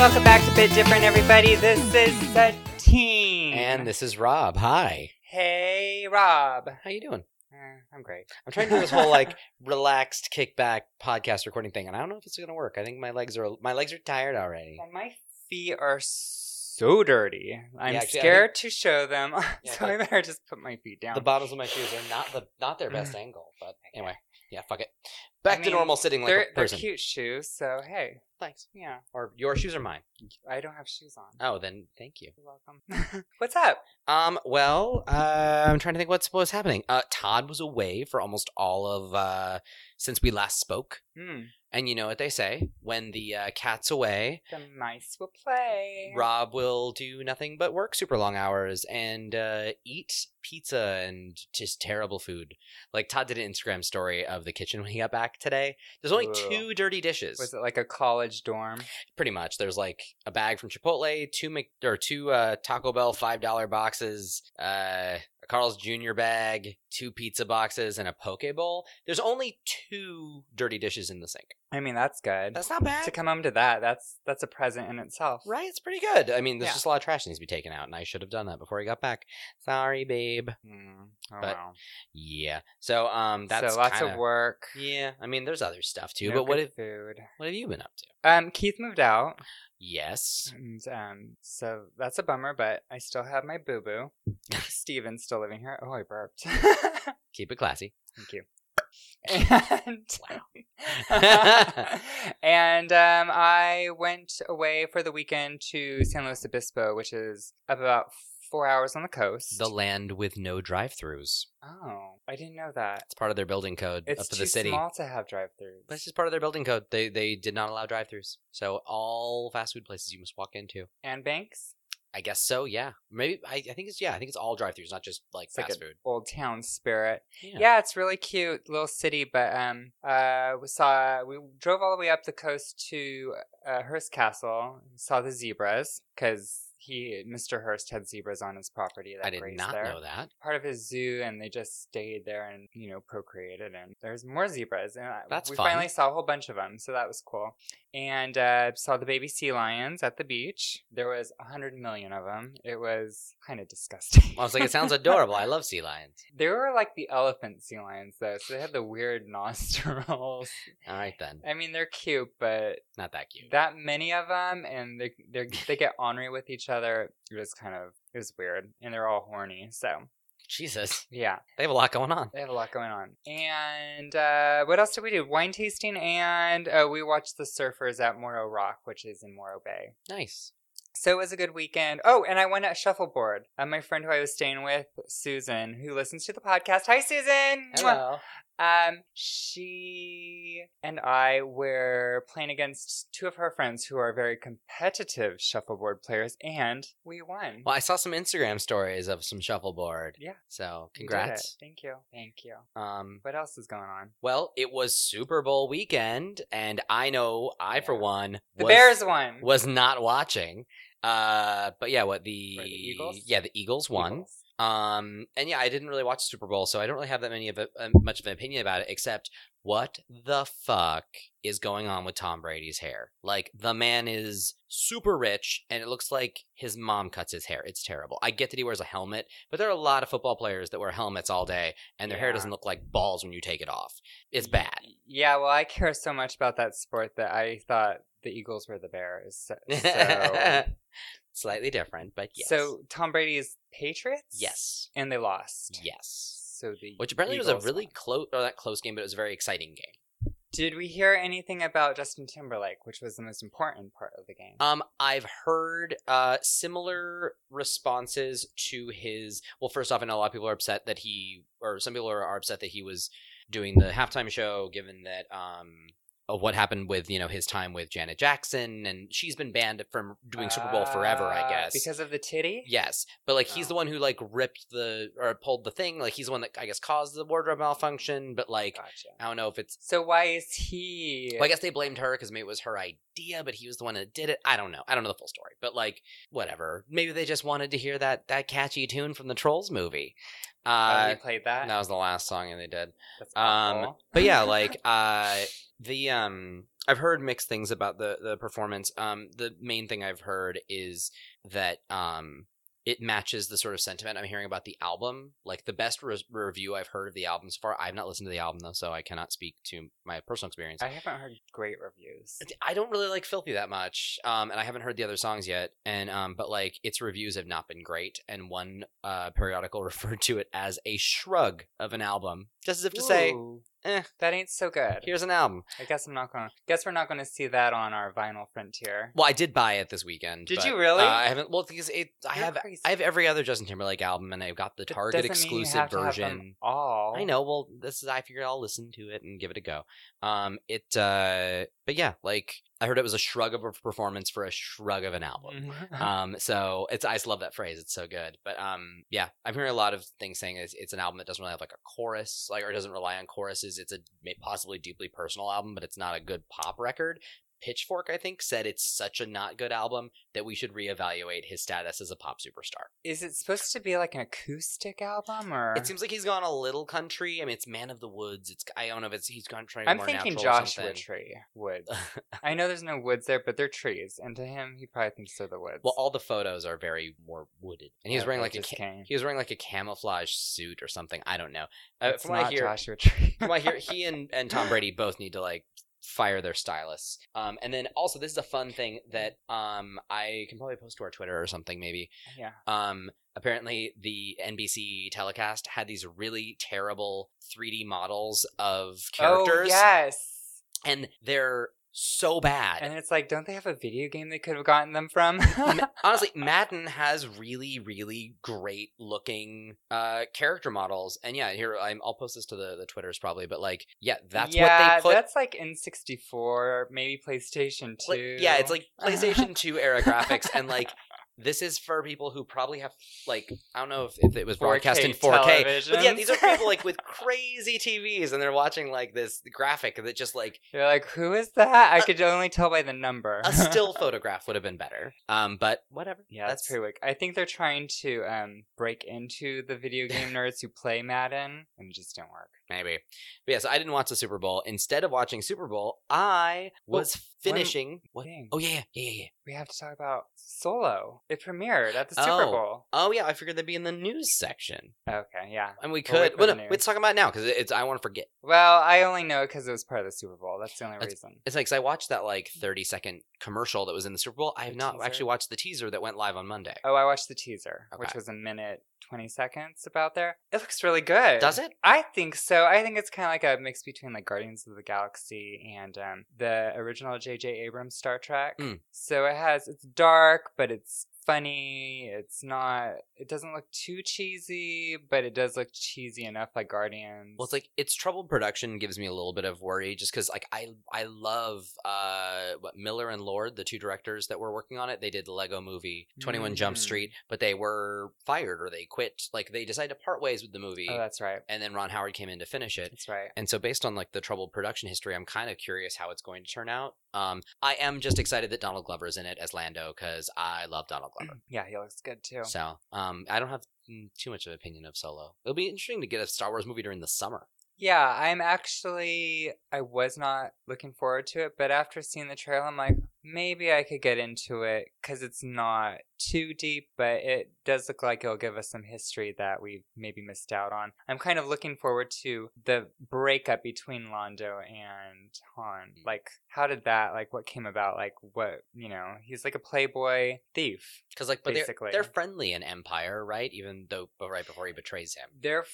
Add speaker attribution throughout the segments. Speaker 1: Welcome back to Bit Different, everybody. This is Satine.
Speaker 2: And this is Rob. Hi.
Speaker 1: Hey, Rob.
Speaker 2: How you doing?
Speaker 1: Eh, I'm great.
Speaker 2: I'm trying to do this whole like relaxed kickback podcast recording thing, and I don't know if it's gonna work. I think my legs are my legs are tired already.
Speaker 1: And my feet are so dirty. I'm
Speaker 2: Yeah, actually, I
Speaker 1: scared to show them,
Speaker 2: Yeah,
Speaker 1: so I better just put my feet down.
Speaker 2: The bottoms of my shoes are not the not their best angle, but anyway, yeah, fuck it. Back
Speaker 1: mean,
Speaker 2: to normal sitting like
Speaker 1: they're,
Speaker 2: a
Speaker 1: they're
Speaker 2: person.
Speaker 1: cute shoes, so hey,
Speaker 2: Thanks.
Speaker 1: yeah.
Speaker 2: Or your shoes are mine.
Speaker 1: I don't have shoes on.
Speaker 2: Oh, then thank you.
Speaker 1: You're welcome. What's up?
Speaker 2: Um, well, uh, I'm trying to think what's what's happening. Uh, Todd was away for almost all of uh since we last spoke,
Speaker 1: Hmm.
Speaker 2: and you know what they say: when the uh, cat's away,
Speaker 1: the mice will play.
Speaker 2: Rob will do nothing but work super long hours and uh, eat pizza and just terrible food. Like Todd did an Instagram story of the kitchen when he got back today. There's only
Speaker 1: Ugh.
Speaker 2: two dirty dishes,
Speaker 1: Was it like a college dorm?
Speaker 2: pretty much. There's like a bag from Chipotle, two Mc- or two uh, Taco Bell five dollar boxes, uh, a Carl's Jr. bag, two pizza boxes, and a poke bowl. There's only two dirty dishes in the sink.
Speaker 1: I mean, that's good.
Speaker 2: That's not bad.
Speaker 1: to come home to that, that's that's a present in itself.
Speaker 2: Right, it's pretty good. I mean, there's
Speaker 1: Yeah.
Speaker 2: just a lot of trash that needs to be taken out, and I should have done that before I got back. Sorry, babe.
Speaker 1: Mm, oh,
Speaker 2: But
Speaker 1: well.
Speaker 2: Yeah. So, um, that's
Speaker 1: so lots
Speaker 2: kinda,
Speaker 1: of work.
Speaker 2: Yeah, I mean, there's other stuff too.
Speaker 1: no
Speaker 2: but what
Speaker 1: good
Speaker 2: have
Speaker 1: food?
Speaker 2: what have you been up to?
Speaker 1: Um, Keith moved out,
Speaker 2: Yes.
Speaker 1: and um, so that's a bummer. But I still have my boo boo. Steven's still living here. Oh, I burped. Thank
Speaker 2: Keep it classy.
Speaker 1: you. And and um, I went away for the weekend to San Luis Obispo, which is up about four hours on the coast.
Speaker 2: The land with no drive-throughs.
Speaker 1: oh, I didn't know that.
Speaker 2: It's part of their building code
Speaker 1: It's
Speaker 2: up to
Speaker 1: too
Speaker 2: the city.
Speaker 1: small to have drive-throughs.
Speaker 2: That's just part of their building code. They they did not allow drive-throughs. So all fast food places you must walk into.
Speaker 1: and banks.
Speaker 2: I guess so. Yeah. Maybe I, I think it's yeah. I think it's all drive-throughs, not just like
Speaker 1: It's like
Speaker 2: fast
Speaker 1: a
Speaker 2: food.
Speaker 1: old town spirit.
Speaker 2: Yeah.
Speaker 1: Yeah. it's really cute, little city. But um, uh, we saw we drove all the way up the coast to uh, Hearst Castle, saw the zebras because he, Mr. Hearst, had zebras on his property. That
Speaker 2: I did
Speaker 1: grazed
Speaker 2: not
Speaker 1: there.
Speaker 2: know that.
Speaker 1: Part of his zoo, and they just stayed there and you know procreated. And there's more zebras, and I-
Speaker 2: That's
Speaker 1: we
Speaker 2: fun.
Speaker 1: finally saw a whole bunch of them, so that was cool. And uh, saw the baby sea lions at the beach. There was a hundred million of them. It was kind of disgusting.
Speaker 2: I was like, it sounds adorable. I love sea lions.
Speaker 1: They were like the elephant sea lions, though, so they had the weird nostrils.
Speaker 2: All right then,
Speaker 1: I mean, they're cute, but
Speaker 2: not that cute.
Speaker 1: that many of them, and they they they get ornery with each other. It was kind of it was weird, and they're all horny. So
Speaker 2: Jesus,
Speaker 1: yeah,
Speaker 2: they have a lot going on.
Speaker 1: they have a lot going on. And uh, what else did we do? Wine tasting, and uh, we watched the surfers at Morro Rock, which is in Morro Bay.
Speaker 2: Nice.
Speaker 1: So it was a good weekend. Oh, and I went at shuffleboard. And my friend who I was staying with, Susan, who listens to the podcast. Hi, Susan. Mwah. Um, she and I were playing against two of her friends who are very competitive shuffleboard players, and we won.
Speaker 2: Well, I saw some Instagram stories of some shuffleboard.
Speaker 1: Yeah.
Speaker 2: So
Speaker 1: We did it.
Speaker 2: congrats.
Speaker 1: Thank you. Thank you.
Speaker 2: Um,
Speaker 1: What else is going on?
Speaker 2: well, it was Super Bowl weekend, and I know I, for
Speaker 1: Yeah.
Speaker 2: one,
Speaker 1: The
Speaker 2: was,
Speaker 1: Bears won.
Speaker 2: was not watching. Uh, but yeah, what the,
Speaker 1: Or the Eagles?
Speaker 2: Yeah, the Eagles won.
Speaker 1: Eagles.
Speaker 2: Um, and yeah, I didn't really watch the Super Bowl, so I don't really have that many of a, uh, much of an opinion about it, except what the fuck is going on with Tom Brady's hair? Like the man is super rich, and it looks like his mom cuts his hair. It's terrible. I get that he wears a helmet, but there are a lot of football players that wear helmets all day, and their hair
Speaker 1: Yeah.
Speaker 2: doesn't look like balls when you take it off. It's
Speaker 1: Y-
Speaker 2: bad.
Speaker 1: Yeah, well, I care so much about that sport that I thought the Eagles were the Bears. So, so,
Speaker 2: Slightly different, but yes.
Speaker 1: so Tom Brady's Patriots?
Speaker 2: yes,
Speaker 1: And they lost.
Speaker 2: yes.
Speaker 1: So the
Speaker 2: Which apparently
Speaker 1: Eagles
Speaker 2: was a really
Speaker 1: won.
Speaker 2: close, or that close game, but it was a very exciting game.
Speaker 1: Did we hear anything about Justin Timberlake, which was the most important part of the game?
Speaker 2: Um, I've heard uh similar responses to his. Well, first off, I know a lot of people are upset that he, or some people are, are upset that he was doing the halftime show, given that um of what happened with you know his time with Janet Jackson, and she's been banned from doing Super Bowl forever, I
Speaker 1: Ah,
Speaker 2: guess.
Speaker 1: Because of the titty?
Speaker 2: Yes, but like he's
Speaker 1: Oh.
Speaker 2: the one who like ripped the or pulled the thing. Like he's the one that I guess caused the wardrobe malfunction. But like
Speaker 1: Gotcha.
Speaker 2: I don't know if it's.
Speaker 1: So why is he
Speaker 2: Well, I guess they blamed her because maybe it was her idea, but he was the one that did it. I don't know. I don't know the full story, but like, whatever. Maybe they just wanted to hear that that catchy tune from the Trolls movie.
Speaker 1: oh,
Speaker 2: Uh,
Speaker 1: he played that?
Speaker 2: that was the last song, and they did.
Speaker 1: That's
Speaker 2: um,
Speaker 1: awful.
Speaker 2: But yeah, like uh, the um, I've heard mixed things about the the performance. Um, the main thing I've heard is that um, it matches the sort of sentiment I'm hearing about the album. Like the best re- review I've heard of the album so far. I've not listened to the album though, so I cannot speak to my personal experience.
Speaker 1: I haven't heard great reviews.
Speaker 2: I don't really like Filthy that much, um, and I haven't heard the other songs yet. And um, but like its reviews have not been great, and one uh, periodical referred to it as a shrug of an album, just as if to say,
Speaker 1: Ooh,
Speaker 2: eh,
Speaker 1: that ain't so good.
Speaker 2: "Here's an album."
Speaker 1: I guess I'm not gonna. Guess we're not gonna see that on our vinyl frontier.
Speaker 2: Well, I did buy it this weekend.
Speaker 1: Did
Speaker 2: but,
Speaker 1: you really?
Speaker 2: Uh, I haven't. Well, because it, I
Speaker 1: You're
Speaker 2: have,
Speaker 1: crazy.
Speaker 2: I have every other Justin Timberlake album, and I've got the
Speaker 1: That
Speaker 2: Target
Speaker 1: doesn't mean you
Speaker 2: exclusive
Speaker 1: have to have them
Speaker 2: version.
Speaker 1: all
Speaker 2: I know. Well, this is. I figured I'll listen to it and give it a go. Um, it. Uh, but yeah, like I heard it was a shrug of a performance for a shrug of an album.
Speaker 1: Mm-hmm. Uh-huh.
Speaker 2: um so it's i just love that phrase it's so good but um yeah i'm hearing a lot of things saying it's, it's an album that doesn't really have like a chorus like or doesn't rely on choruses it's a ma- possibly deeply personal album but it's not a good pop record pitchfork i think said it's such a not good album that we should reevaluate his status as a pop superstar
Speaker 1: Is it supposed to be like an acoustic album or?
Speaker 2: it seems like he's gone a little country i mean it's man of the woods it's i don't know if it's he's gone trying
Speaker 1: I'm
Speaker 2: more
Speaker 1: thinking
Speaker 2: natural or
Speaker 1: Joshua
Speaker 2: something.
Speaker 1: Tree woods. I know there's no woods there, but they're trees, and to him, he probably thinks they're the woods.
Speaker 2: well all the photos are very more wooded and he's
Speaker 1: Yeah,
Speaker 2: wearing
Speaker 1: that
Speaker 2: like a
Speaker 1: just
Speaker 2: ca-
Speaker 1: came.
Speaker 2: he was wearing like a camouflage suit or something. I don't know. Uh,
Speaker 1: It's
Speaker 2: from what I
Speaker 1: not
Speaker 2: hear,
Speaker 1: Joshua Tree.
Speaker 2: from what I hear, he and, and Tom Brady both need to like fire their stylists. Um, and then also this is a fun thing that um I can probably post to our Twitter or something maybe.
Speaker 1: yeah.
Speaker 2: Um, apparently the NBC telecast had these really terrible 3D models of characters,
Speaker 1: Oh yes.
Speaker 2: and they're so bad.
Speaker 1: And it's like, don't they have a video game they could have gotten them from?
Speaker 2: Ma- honestly, Madden has really, really great looking uh character models, and yeah, here I'm, I'll post this to the the Twitters probably, but like, yeah, that's
Speaker 1: yeah,
Speaker 2: what they put.
Speaker 1: That's like in '64, maybe PlayStation Two.
Speaker 2: like- yeah, it's like PlayStation Two era graphics, and like this is for people who probably have like I don't know if, if it was broadcast in 4K. But yeah, these are people like with crazy TVs, and they're watching like this graphic that just like
Speaker 1: You're like, who is that? I could only tell by the number.
Speaker 2: a still photograph would have been better. Um, but whatever.
Speaker 1: Yeah, that's, pretty weak. I think they're trying to um, break into the video game nerds who play Madden, and it just don't work.
Speaker 2: Maybe. But yes, I didn't watch the Super Bowl. Instead of watching Super Bowl, I
Speaker 1: Well,
Speaker 2: was finishing. What?
Speaker 1: Dang,
Speaker 2: Oh, yeah, yeah, yeah, yeah.
Speaker 1: we have to talk about Solo. It premiered at the Super
Speaker 2: Oh.
Speaker 1: Bowl.
Speaker 2: Oh, yeah, I figured that'd be in the news section.
Speaker 1: Okay, yeah.
Speaker 2: And we
Speaker 1: We'll wait
Speaker 2: could.
Speaker 1: for
Speaker 2: Well,
Speaker 1: the
Speaker 2: no,
Speaker 1: news.
Speaker 2: let's talk about it now because it's. I want to forget.
Speaker 1: Well, I only know it because it was part of the Super Bowl. That's the only
Speaker 2: That's-
Speaker 1: reason.
Speaker 2: It's like 'cause I watched that like 30 second commercial that was in the Super Bowl. I have
Speaker 1: Mm. The
Speaker 2: not
Speaker 1: teaser?
Speaker 2: actually watched the teaser that went live on Monday.
Speaker 1: Oh, I watched the teaser, which
Speaker 2: Okay.
Speaker 1: was a minute twenty seconds about there. It looks really good.
Speaker 2: Does it?
Speaker 1: I think so. I think it's kind of like a mix between like Guardians of the Galaxy and um, the original J.J. Abrams Star Trek.
Speaker 2: Mm.
Speaker 1: So it has it's dark, but it's funny. It's not. It doesn't look too cheesy, but it does look cheesy enough like Guardians.
Speaker 2: Well, it's like its troubled production gives me a little bit of worry, just because like I I love uh what Miller and Lord, the two directors that were working on it. They did the Lego Movie, Twenty One Jump
Speaker 1: Mm.
Speaker 2: Street, but they were fired or they quit. Like they decided to part ways with the movie,
Speaker 1: oh, that's right.
Speaker 2: and then Ron Howard came in to finish it.
Speaker 1: That's right.
Speaker 2: And so, based on like the troubled production history, I'm kind of curious how it's going to turn out. Um, I am just excited that Donald Glover is in it as Lando because I love Donald Glover.
Speaker 1: Yeah, he looks good too.
Speaker 2: So, um, I don't have mm, too much of an opinion of Solo. It'll be interesting to get a Star Wars movie during the summer.
Speaker 1: Yeah, I'm actually I was not looking forward to it, but after seeing the trailer, I'm like maybe I could get into it because it's not too deep, but it does look like it'll give us some history that we maybe missed out on. I'm kind of looking forward to the breakup between Londo and Han. Like, how did that? Like, what came about? Like, what you know? He's like a playboy thief.
Speaker 2: Because like, but they're,
Speaker 1: Basically.
Speaker 2: they're friendly in Empire, right? Even though but right before he betrays him.
Speaker 1: They're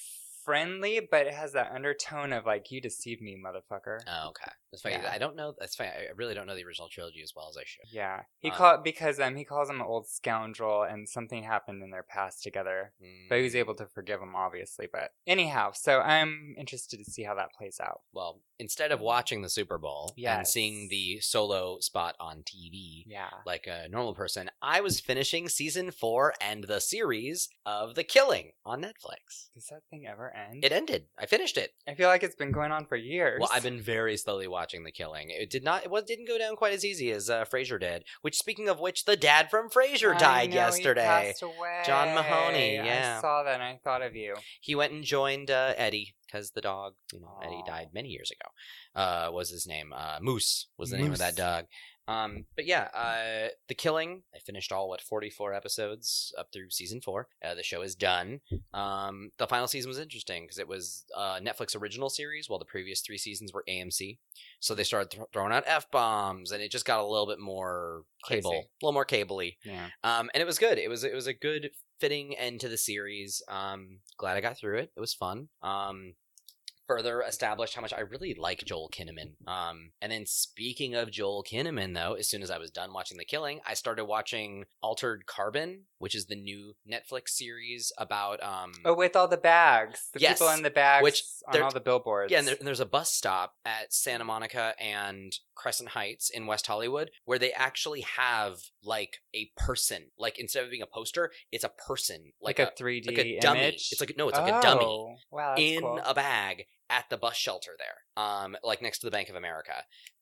Speaker 1: friendly, but it has that undertone of like you deceived me, motherfucker.
Speaker 2: Oh, okay. That's fine.
Speaker 1: Yeah.
Speaker 2: I don't know. That's fine. I really don't know the original trilogy as well as I should.
Speaker 1: Yeah, he
Speaker 2: Um,
Speaker 1: called because um he calls him an old scoundrel, and something happened in their past together. But he was
Speaker 2: Mm,
Speaker 1: able to forgive him, obviously. But anyhow, so I'm interested to see how that plays out.
Speaker 2: well, instead of watching the Super Bowl and
Speaker 1: Yes.
Speaker 2: seeing the Solo spot on TV,
Speaker 1: Yeah,
Speaker 2: like a normal person, I was finishing season four and the series of The Killing on Netflix.
Speaker 1: does that thing ever end?
Speaker 2: It ended. I finished it.
Speaker 1: I feel like it's been going on for years.
Speaker 2: Well, I've been very slowly watching The Killing. It did not. It was, didn't go down quite as easy as uh, Frasier did. Which, speaking of which, the dad from Frasier
Speaker 1: I
Speaker 2: died
Speaker 1: know, he
Speaker 2: yesterday.
Speaker 1: passed away.
Speaker 2: John Mahoney,
Speaker 1: I
Speaker 2: yeah.
Speaker 1: saw that and I thought of you.
Speaker 2: He went and joined uh, Eddie because the dog, you know, Eddie
Speaker 1: Aw.
Speaker 2: died many years ago. Uh, was his name uh, Moose? Was the name of that
Speaker 1: Moose.
Speaker 2: dog. Um, but yeah, uh, The Killing. I finished all what forty four episodes up through season four. Uh, the show is done. Um, the final season was interesting because it was uh, Netflix original series, while the previous three seasons were AMC. So they started thro- throwing out f bombs, and it just got a little bit more cable,
Speaker 1: Crazy.
Speaker 2: a little more cabley.
Speaker 1: Yeah.
Speaker 2: Um, and it was good. It was it was a good fitting end to the series. Um, glad I got through it. It was fun. Um, further established how much I really like Joel Kinnaman. Um, and then speaking of Joel Kinnaman, though, as soon as I was done watching The Killing, I started watching Altered Carbon, which is the new Netflix series about um.
Speaker 1: Oh, with all the bags, the people
Speaker 2: Yes,
Speaker 1: in the bags,
Speaker 2: which
Speaker 1: on
Speaker 2: they're-
Speaker 1: all the billboards.
Speaker 2: Yeah, and, there, and there's a bus stop at Santa Monica and Crescent Heights in West Hollywood where they actually have like a person. Like instead of being a poster, it's a person,
Speaker 1: like,
Speaker 2: like,
Speaker 1: a 3D
Speaker 2: like a dummy.
Speaker 1: image.
Speaker 2: It's like no, it's like a dummy
Speaker 1: Oh, Wow, that's
Speaker 2: in
Speaker 1: cool.
Speaker 2: a bag at the bus shelter there, um, like next to the Bank of America,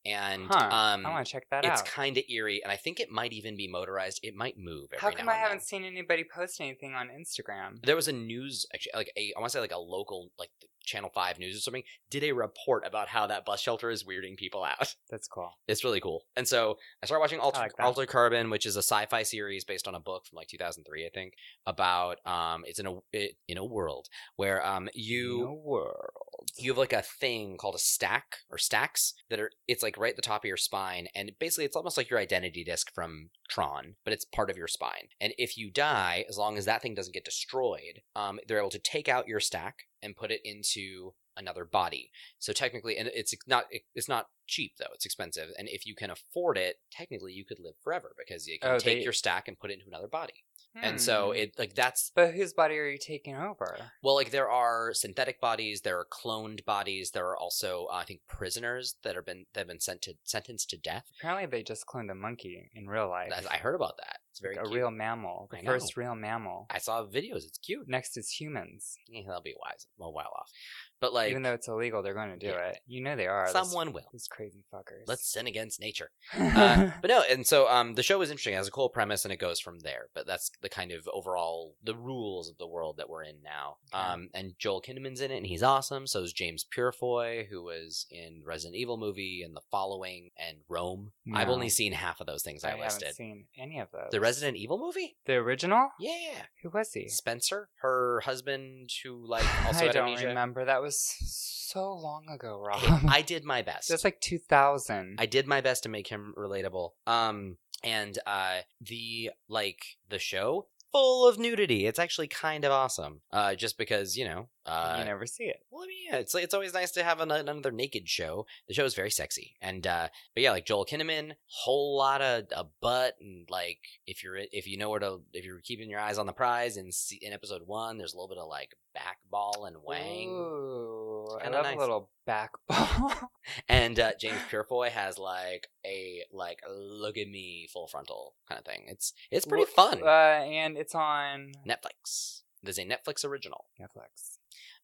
Speaker 2: and
Speaker 1: Huh.
Speaker 2: um,
Speaker 1: I want to check that
Speaker 2: it's
Speaker 1: out.
Speaker 2: kind of eerie, and I think it might even be motorized. It might move. Every
Speaker 1: How come
Speaker 2: now
Speaker 1: I
Speaker 2: and
Speaker 1: haven't
Speaker 2: then.
Speaker 1: seen anybody post anything on Instagram?
Speaker 2: There was a news, actually, like a, I want to say like a local, like Channel Five News or something, did a report about how that bus shelter is weirding people out.
Speaker 1: That's cool.
Speaker 2: It's really cool. And so I started watching Alter,
Speaker 1: like that.
Speaker 2: Altered Carbon, which is a sci-fi series based on a book from like 2003, I think, about um, it's in a it, in a world where um, you
Speaker 1: No world.
Speaker 2: you have like a thing called a stack or stacks that are it's like right at the top of your spine and basically it's almost like your identity disc from tron but it's part of your spine and if you die as long as that thing doesn't get destroyed um, they're able to take out your stack and put it into another body so technically and it's not it's not cheap though it's expensive and if you can afford it technically you could live forever because you can
Speaker 1: Oh,
Speaker 2: take
Speaker 1: they-
Speaker 2: your stack and put it into another body and so
Speaker 1: Hmm.
Speaker 2: it like that's
Speaker 1: But whose body are you taking over?
Speaker 2: well, like there are synthetic bodies, there are cloned bodies, there are also uh, I think prisoners that have been that have been sent to, sentenced to death.
Speaker 1: Apparently, they just cloned a monkey in real life.
Speaker 2: I, I heard about that. It's very
Speaker 1: Like a
Speaker 2: cute.
Speaker 1: real mammal, the
Speaker 2: I know.
Speaker 1: first real mammal.
Speaker 2: I saw videos. It's cute.
Speaker 1: Next is humans.
Speaker 2: Yeah, that'll be wise a while off, but like
Speaker 1: Even though it's illegal, they're going to do
Speaker 2: Yeah.
Speaker 1: it. You know they are. those-
Speaker 2: someone will.
Speaker 1: Those crazy fuckers.
Speaker 2: Let's sin against nature. uh, but no, and so um, the show is interesting. It has a cool premise, and it goes from there. But that's the kind of overall the rules of the world that we're in now.
Speaker 1: Okay.
Speaker 2: Um, and Joel Kinnaman's in it, and he's awesome. So is James Purefoy, who was in Resident Evil movie and The Following and Rome. I've
Speaker 1: No.
Speaker 2: only seen half of those things
Speaker 1: I
Speaker 2: I,
Speaker 1: haven't
Speaker 2: listed.
Speaker 1: seen any of those.
Speaker 2: The Resident Evil movie,
Speaker 1: The original?
Speaker 2: yeah.
Speaker 1: Who was he?
Speaker 2: Spencer, her husband, who like also
Speaker 1: I
Speaker 2: had
Speaker 1: don't
Speaker 2: amnesia.
Speaker 1: remember. That was so long ago, Rob.
Speaker 2: Hey, I did my best.
Speaker 1: That's like 2000.
Speaker 2: I did my best to make him relatable. Um, and uh, the like the show full of nudity. It's actually kind of awesome. Uh, just because you know, uh,
Speaker 1: you never see it.
Speaker 2: well, I mean, yeah, it's it's always nice to have an, another naked show. The show is very sexy, and uh, but yeah, like Joel Kinnaman, whole lot of a butt, and like if you're if you know where to if you're keeping your eyes on the prize in se- in episode one, there's a little bit of like back ball and wang.
Speaker 1: Ooh, I
Speaker 2: kinda
Speaker 1: love
Speaker 2: nice.
Speaker 1: a little back ball.
Speaker 2: And uh, James Purefoy has like a like look at me full frontal kind of thing. It's it's pretty fun.
Speaker 1: Uh, and it's on
Speaker 2: Netflix. There's a Netflix original.
Speaker 1: Netflix.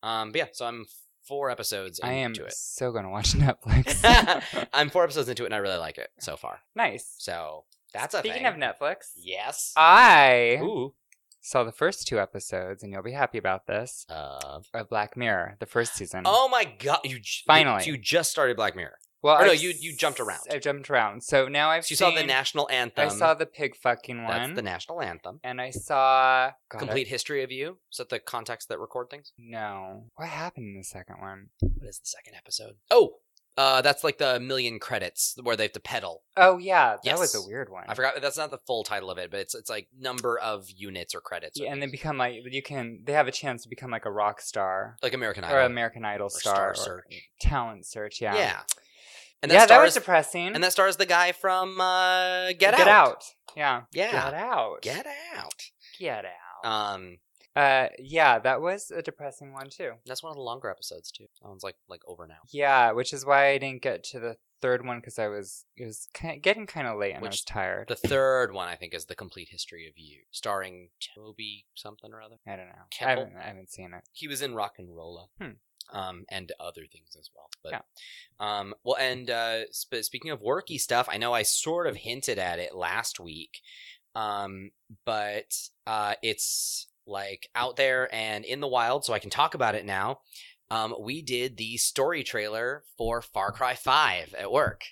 Speaker 2: Um, but yeah, so I'm four episodes into
Speaker 1: I am
Speaker 2: it.
Speaker 1: so gonna watch Netflix.
Speaker 2: I'm four episodes into it, and I really like it so far.
Speaker 1: nice.
Speaker 2: So that's a
Speaker 1: Speaking
Speaker 2: thing.
Speaker 1: of Netflix,
Speaker 2: yes.
Speaker 1: I
Speaker 2: Ooh.
Speaker 1: saw the first two episodes, and you'll be happy about this
Speaker 2: Of.
Speaker 1: of Black Mirror, the first season.
Speaker 2: Oh my god! You j-
Speaker 1: Mm. Finally.
Speaker 2: You, you just started Black Mirror.
Speaker 1: well,
Speaker 2: or oh, no,
Speaker 1: I've
Speaker 2: you- you jumped around.
Speaker 1: I jumped around. So now I've
Speaker 2: So you
Speaker 1: seen,
Speaker 2: saw the national anthem.
Speaker 1: I saw the pig fucking one.
Speaker 2: That's the national anthem.
Speaker 1: and I saw God,
Speaker 2: Complete history of you. Is that the context that record things?
Speaker 1: I- no, what happened in the second one?
Speaker 2: what is the second episode? Oh, uh, that's like the million credits where they have to pedal.
Speaker 1: Oh yeah, that was a
Speaker 2: Yes.
Speaker 1: weird one.
Speaker 2: I forgot that's not the full title of it, but it's it's like number of units or credits. or
Speaker 1: Yeah, and they
Speaker 2: things.
Speaker 1: become like you can. They have a chance to become like a rock star
Speaker 2: like American Idol
Speaker 1: or American Idol
Speaker 2: or
Speaker 1: star, or
Speaker 2: Search.
Speaker 1: talent search. Yeah,
Speaker 2: Yeah. And that
Speaker 1: yeah,
Speaker 2: stars
Speaker 1: that was depressing.
Speaker 2: and that stars the guy from uh, Get,
Speaker 1: Get
Speaker 2: Out.
Speaker 1: out. Yeah.
Speaker 2: Yeah.
Speaker 1: Get out.
Speaker 2: Get out.
Speaker 1: Get out.
Speaker 2: Um,
Speaker 1: uh, yeah, that was a depressing one too.
Speaker 2: that's one of the longer episodes too. That one's like like over now.
Speaker 1: Yeah, which is why I didn't get to the third one because I was it was ki getting kind of late and I
Speaker 2: Which-
Speaker 1: was tired.
Speaker 2: The third one I think is the complete history of you, starring Toby something or other.
Speaker 1: I don't know. I
Speaker 2: Kettle?
Speaker 1: haven't, I haven't seen it.
Speaker 2: he was in rock and rolla
Speaker 1: Hmm.
Speaker 2: um and other things as well but
Speaker 1: Yeah.
Speaker 2: um well and uh sp- speaking of worky stuff i know i sort of hinted at it last week um but uh it's like out there and in the wild so i can talk about it now um, we did the story trailer for Far Cry 5 at work.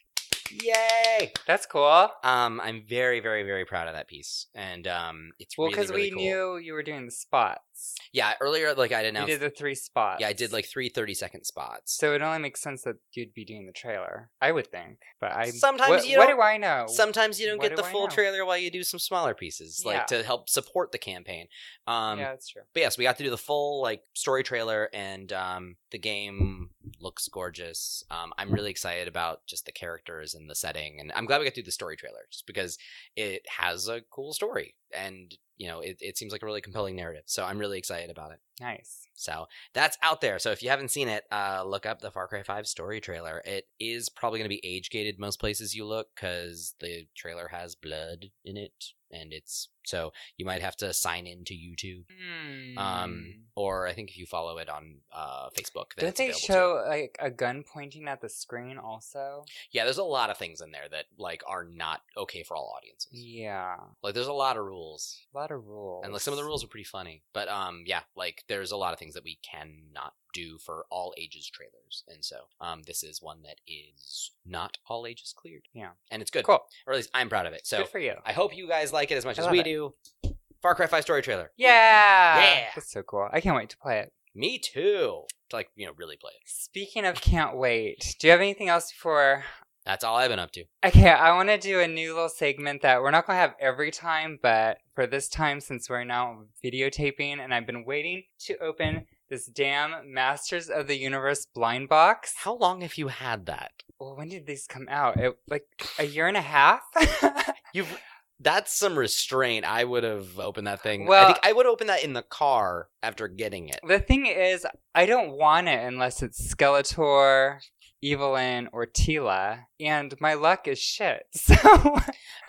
Speaker 2: Yay!
Speaker 1: That's cool.
Speaker 2: Um, I'm very, very, very proud of that piece, and um, it's
Speaker 1: Well,
Speaker 2: because
Speaker 1: because
Speaker 2: really, really
Speaker 1: we
Speaker 2: cool.
Speaker 1: knew you were doing the spots.
Speaker 2: Yeah, earlier, like I
Speaker 1: You
Speaker 2: announced,
Speaker 1: did the three spots.
Speaker 2: yeah, I did like three 30 second spots.
Speaker 1: Uh, So it only makes sense that you'd be doing the trailer, I would think. But I
Speaker 2: Sometimes
Speaker 1: what,
Speaker 2: you
Speaker 1: What
Speaker 2: don't-
Speaker 1: do I know?
Speaker 2: Sometimes you don't
Speaker 1: what
Speaker 2: get
Speaker 1: do
Speaker 2: the
Speaker 1: I
Speaker 2: full
Speaker 1: know?
Speaker 2: trailer while you do some smaller pieces, like
Speaker 1: Yeah.
Speaker 2: to help support the campaign. Um,
Speaker 1: yeah, that's true.
Speaker 2: but yes, we got to do the full like story trailer, and um, the game looks gorgeous. Um, I'm really excited about just the characters and the setting, and I'm glad we got to do the story trailer just because it has a cool story, and you know it, it seems like a really compelling narrative. So I'm really excited about it.
Speaker 1: Nice.
Speaker 2: So that's out there. So if you haven't seen it, uh, look up the Far Cry 5 story trailer. It is probably going to be age gated most places you look because the trailer has blood in it, and it's so you might have to sign in to YouTube um, or I think if you follow it on uh, Facebook,
Speaker 1: Mm.
Speaker 2: then
Speaker 1: Don't
Speaker 2: it's
Speaker 1: they
Speaker 2: available
Speaker 1: show like a gun pointing at the screen also?
Speaker 2: too. Yeah, there's a lot of things in there that like are not okay for all audiences.
Speaker 1: Yeah.
Speaker 2: Like, there's a lot of rules,
Speaker 1: A lot of rules.
Speaker 2: and like some of the rules are pretty funny. But um, yeah, like there's a lot of things that we cannot do for all ages trailers, and so um, this is one that is not all ages cleared.
Speaker 1: Yeah.
Speaker 2: and it's good,
Speaker 1: Cool.
Speaker 2: or at least I'm proud of it. So
Speaker 1: Good for you.
Speaker 2: I hope you guys like it as much
Speaker 1: I
Speaker 2: as
Speaker 1: love
Speaker 2: we
Speaker 1: it.
Speaker 2: do. Far Cry Five story trailer.
Speaker 1: Yeah.
Speaker 2: Yeah.
Speaker 1: That's so cool. I can't wait to play it.
Speaker 2: Me too. To like you know really play it.
Speaker 1: Speaking of can't wait, do you have anything else before
Speaker 2: That's all I've been up to.
Speaker 1: Okay, I want to do a new little segment that we're not going to have every time, but for this time, since we're now videotaping and I've been waiting to open this damn Masters of the Universe blind box.
Speaker 2: How long have you had that?
Speaker 1: Well, when did these come out? It, like a year and a half?
Speaker 2: You've that's some restraint. I would have opened that thing. I
Speaker 1: Well-
Speaker 2: think I would open that in the car after getting it.
Speaker 1: the thing is, I don't want it unless it's Skeletor, Evelyn, or Tila, and my luck is shit.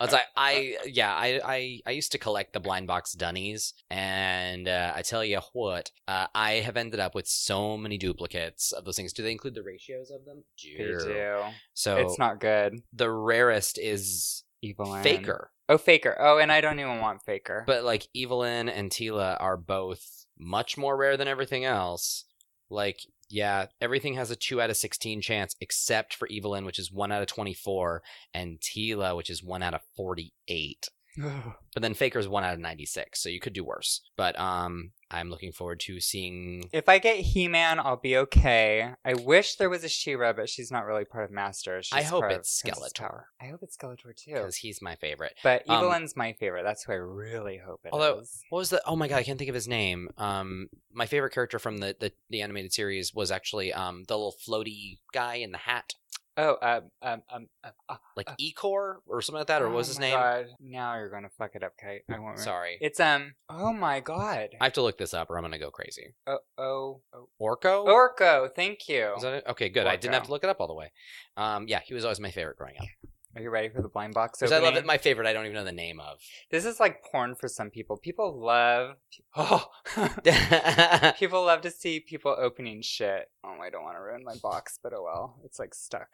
Speaker 1: So.
Speaker 2: I was like, I yeah, I I, I used to collect the blind box dunnies, and uh, I tell you what, uh, I have ended up with so many duplicates of those things. Do they include the ratios of them?
Speaker 1: They
Speaker 2: Ew.
Speaker 1: do.
Speaker 2: So
Speaker 1: It's not good.
Speaker 2: the rarest is
Speaker 1: Evelyn.
Speaker 2: Faker,
Speaker 1: Oh, Faker. Oh, and I don't even want Faker.
Speaker 2: but like Evelyn and Tila are both much more rare than everything else. Like, yeah, everything has a two out of sixteen chance, except for Evelyn, which is one out of twenty-four, and Tila, which is one out of forty-eight. But then Faker's one out of ninety-six, so you could do worse. But um, I'm looking forward to seeing.
Speaker 1: If I get He Man, I'll be okay. I wish there was a She Ra, but she's not really part of Masters. She's
Speaker 2: I hope
Speaker 1: part of
Speaker 2: it's
Speaker 1: Princess
Speaker 2: Skeletor.
Speaker 1: Tower. I hope it's Skeletor too.
Speaker 2: Because he's my favorite.
Speaker 1: But
Speaker 2: um,
Speaker 1: Evelyn's my favorite. That's who I really hope it is.
Speaker 2: Although- What was the? Oh my god, I can't think of his name. Um, my favorite character from the the, the animated series was actually um the little floaty guy in the hat,
Speaker 1: Oh, um, um, um, um, ah,
Speaker 2: like
Speaker 1: Uh,
Speaker 2: Ecor or something like that, or what was
Speaker 1: oh
Speaker 2: his
Speaker 1: my
Speaker 2: name?
Speaker 1: God. Now you're gonna fuck it up, Kate. I won't. Sorry.
Speaker 2: Sorry.
Speaker 1: It's um. Oh my god.
Speaker 2: I have to look this up or I'm going to go crazy.
Speaker 1: oh, oh, oh.
Speaker 2: Orko?
Speaker 1: Orko. Thank you.
Speaker 2: Is that it? Okay, good. I didn't have
Speaker 1: Orko.
Speaker 2: to look it up all the way. Um, yeah, he was always my favorite growing up.
Speaker 1: Are you ready for the blind box
Speaker 2: Because
Speaker 1: opening?
Speaker 2: I love that my favorite I don't even know the name of.
Speaker 1: this is like porn for some people. People love. Oh. People love to see people opening shit. Oh, I don't want to ruin my box, but oh well. It's like stuck.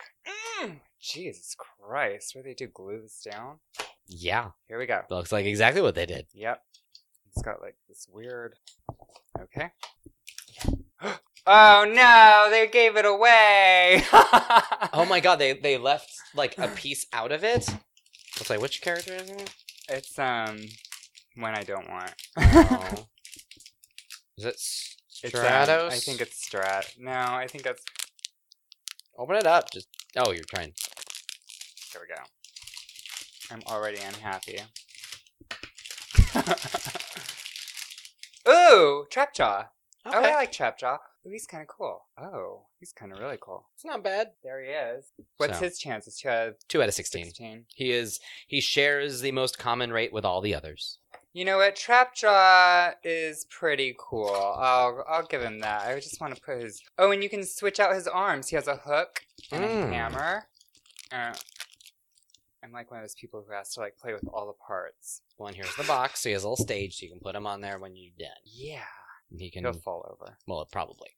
Speaker 1: Mm, Jesus Christ. What do they do? Glue this down?
Speaker 2: yeah,
Speaker 1: Here we go.
Speaker 2: looks like exactly what they did.
Speaker 1: Yep. It's got like this weird. Okay. Oh no, they gave it away.
Speaker 2: Oh my god, they, they left like a piece out of it. It's like, which character is it?
Speaker 1: It's um one I don't want.
Speaker 2: Oh. is it
Speaker 1: It's, um,
Speaker 2: Stratos?
Speaker 1: I think it's Strat. No, I think that's
Speaker 2: Open it up. Just Oh, you're trying.
Speaker 1: There we go. I'm already unhappy. Ooh, Trapjaw. Oh, I like Trapjaw. Ooh, he's kind of cool. Oh, he's kind of really cool.
Speaker 2: it's not bad.
Speaker 1: There he is. What's
Speaker 2: So.
Speaker 1: his chances? Two out of
Speaker 2: Two out of 16.
Speaker 1: 16.
Speaker 2: He is he shares the most common rate with all the others.
Speaker 1: You know what? Trapjaw is pretty cool. I'll, I'll give him that. I just want to put his. Oh, and you can switch out his arms. He has a hook and
Speaker 2: Mm.
Speaker 1: a hammer. Uh, I'm like one of those people who has to like play with all the parts.
Speaker 2: One here's the box. So he has a little stage, so you can put him on there when you're done.
Speaker 1: Yeah,
Speaker 2: And He can
Speaker 1: he'll fall over.
Speaker 2: well, probably,